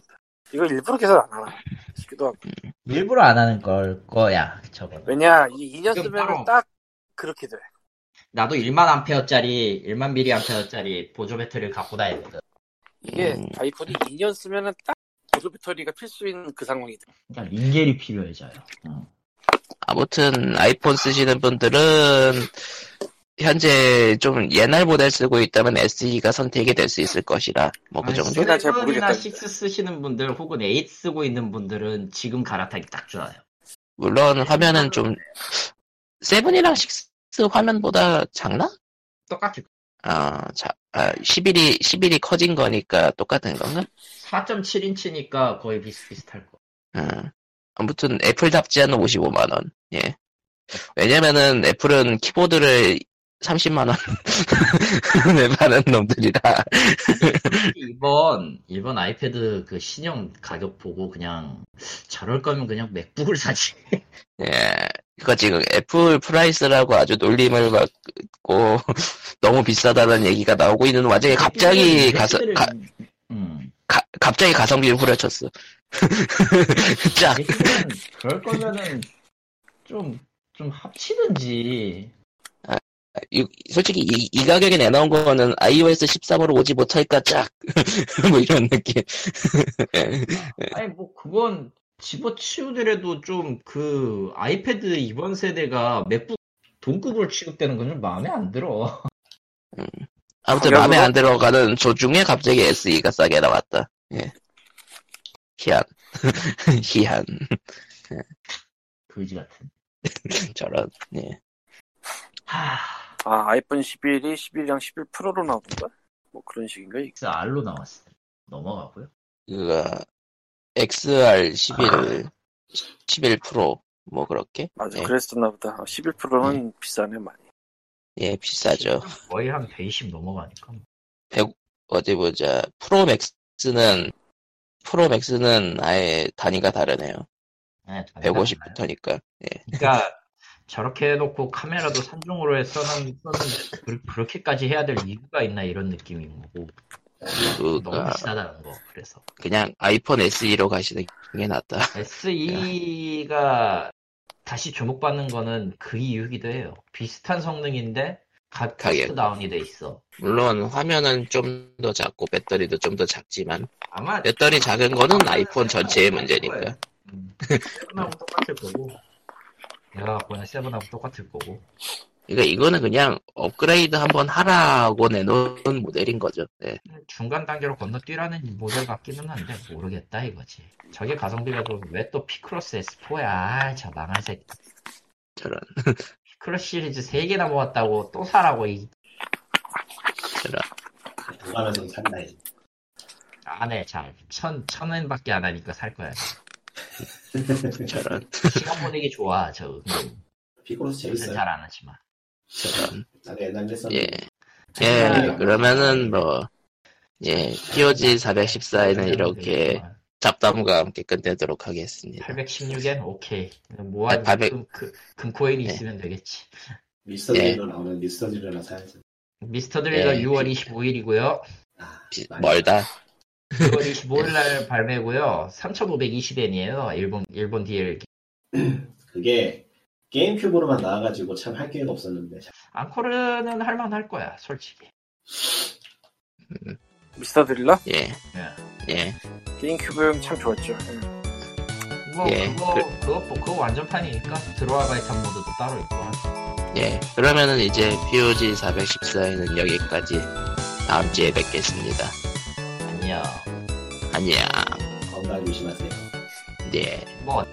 Speaker 4: 이거 일부러 계산 안 하나 싶기도 하고
Speaker 3: 일부러 안 하는 걸 거야 저거
Speaker 4: 왜냐 이 2년
Speaker 3: 지금
Speaker 4: 쓰면
Speaker 3: 따로.
Speaker 4: 딱 그렇게 돼
Speaker 3: 나도 1만 암페어짜리 1만 미리 암페어짜리 보조 배터리를 갖고 다니거든
Speaker 4: 이게
Speaker 1: 음.
Speaker 4: 아이폰이 2년 쓰면은 딱 보조 배터리가 필수인 그 상황이 돼
Speaker 3: 그러니까 링겔이 필요해져요
Speaker 1: 아무튼, 아이폰 쓰시는 분들은, 현재 좀 옛날 모델 쓰고 있다면 SE가 선택이 될 수 있을 것이라, 뭐
Speaker 3: 아,
Speaker 1: 그 정도?
Speaker 4: 쓰나 잘 모르겠다.
Speaker 3: 6 쓰시는 분들 혹은 8 쓰고 있는 분들은 지금 갈아타기 딱 좋아요
Speaker 1: 물론 화면은 좀 세븐이랑 식스 화면보다 작나?
Speaker 3: 똑같을 거야.
Speaker 1: 아, 자, 아 11이 11이 커진 거니까 똑같은 건가?
Speaker 3: 4.7인치니까 거의 비슷비슷할 거.
Speaker 1: 음. 아무튼 애플답지 않은 55만 원. 예. 왜냐면은 애플은 키보드를 30만 원에 파는 놈들이라.
Speaker 3: 이번 이번 아이패드 그 신형 가격 보고 그냥 저럴 거면 그냥 맥북을 사지.
Speaker 1: 예. 그거 지금 애플 프라이스라고 아주 놀림을 받고 너무 비싸다는 얘기가 나오고 있는 와중에 네,
Speaker 3: 네,
Speaker 1: 갑자기 가서
Speaker 3: 엑스를-
Speaker 1: 가,
Speaker 3: 음.
Speaker 1: 가- 갑자기 가성비를 후려쳤어. 짝.
Speaker 3: 엑스는 그럴 거면은 좀 좀 합치든지
Speaker 1: 이- 솔직히 이, 이 가격에 내놓은 거는 iOS 13으로 오지 못할까 짝. 뭐 이런 느낌.
Speaker 3: 아니 뭐 그건 집어치우더라도 좀 그 아이패드 이번 세대가 맥북 동급으로 취급되는 건 좀 마음에 안 들어.
Speaker 1: 아무튼
Speaker 4: 가격으로?
Speaker 1: 마음에 안 들어가는 조중에 갑자기 SE가 싸게 나왔다. 예. 희한. 희한.
Speaker 3: 그지 같은.
Speaker 1: 저런. 예.
Speaker 3: 하.
Speaker 4: 아 아이폰 11이 11이랑 11 프로로 나오던가? 뭐 그런 식인가? 이게?
Speaker 3: X R로 나왔어요. 넘어가고요.
Speaker 1: 그거 XR11 11 프로 뭐 그렇게
Speaker 4: 맞아
Speaker 1: 예,
Speaker 4: 그랬었나 보다. 아, 11 프로는 비싸네 많이.
Speaker 1: 예, 비싸죠
Speaker 3: 거의 한 120 넘어가니까. 뭐.
Speaker 1: 어디 보자 프로맥스는 프로맥스는 아예 단위가 다르네요
Speaker 3: 네,
Speaker 1: 150부터니까
Speaker 3: 그러니까 저렇게 해놓고 카메라도 산정으로 해 써는 썼는데 그- 그렇게까지 해야 될 이유가 있나 이런 느낌인 거고 너무
Speaker 1: 그가
Speaker 3: 비싸다는 거 그래서
Speaker 1: 그냥 아이폰 SE로 가시는 게 낫다
Speaker 3: SE가 다시 주목받는 거는 그 이유기도 해요. 비슷한 성능인데 가
Speaker 1: 가격.
Speaker 3: 격트 다운이 돼 있어.
Speaker 1: 물론 화면은 좀 더 작고 배터리도 좀 더 작지만
Speaker 3: 아마
Speaker 1: 배터리 작은 거는 네, 아이폰 전체의 문제니까
Speaker 3: 음, 세븐하고 똑같을 거고 내가 갖고 있는 세븐하고 똑같을 거고
Speaker 1: 그러니까 이거는 그냥 업그레이드 한번 하라고 내놓은 모델인 거죠 네.
Speaker 3: 중간 단계로 건너뛰라는 모델 같기는 한데 모르겠다 이거지. 저게 가성비가 좀왜 또 피크로스 S4야? 아, 저 망한 새끼.
Speaker 1: 저런
Speaker 3: 피크로스 시리즈 3개나 모았다고 또 사라고 이
Speaker 1: 저런
Speaker 5: 도가나서 산다. 이제.
Speaker 3: 안해 잘. 천, 천 엔밖에 안 하니까 살 거야.
Speaker 1: 저런
Speaker 3: 시간 보내기 좋아 저 은근.
Speaker 5: 피코로스
Speaker 3: 요새
Speaker 5: 재밌어요.
Speaker 3: 잘안 하지만.
Speaker 1: 저런
Speaker 5: 나도 옛날에 썼는데
Speaker 1: 예. 예, 그러면은 뭐, 예, POG 414에는 이렇게 잡담과 함께 끝내도록 하겠습니다.
Speaker 3: 816엔 오케이. 뭐하
Speaker 1: 네, 800.
Speaker 3: 금, 금, 금코인이
Speaker 1: 네.
Speaker 3: 있으면 되겠지.
Speaker 5: 미스터
Speaker 1: 예.
Speaker 5: 드릴러 나오면 미스터 드릴러 사야지.
Speaker 3: 미스터 드릴러
Speaker 1: 네.
Speaker 3: 6월 25일이고요.
Speaker 5: 아,
Speaker 1: 비-
Speaker 5: 많이
Speaker 1: 멀다.
Speaker 3: 6월 25일 날 발매고요. 3,520엔이에요. 일본 일본 DL.
Speaker 5: 그게 게임 큐브로만 나와가지고 참 할 기회가 없었는데 참
Speaker 3: 앙코르는 할만할 거야, 솔직히.
Speaker 4: 미스터 드릴라
Speaker 1: 예, 예,
Speaker 4: 게임큐브용 참 좋았죠. 음.
Speaker 3: 뭐
Speaker 1: 예,
Speaker 3: 그거 그거 그거 완전판이니까 드로아바이탄 모드도 따로 있고.
Speaker 1: 예. 그러면은 이제 POG 414에는 여기까지 다음 주에 뵙겠습니다.
Speaker 3: 아니야.
Speaker 1: 안녕.
Speaker 5: 건강 조심하세요.
Speaker 1: 예.
Speaker 3: 뭐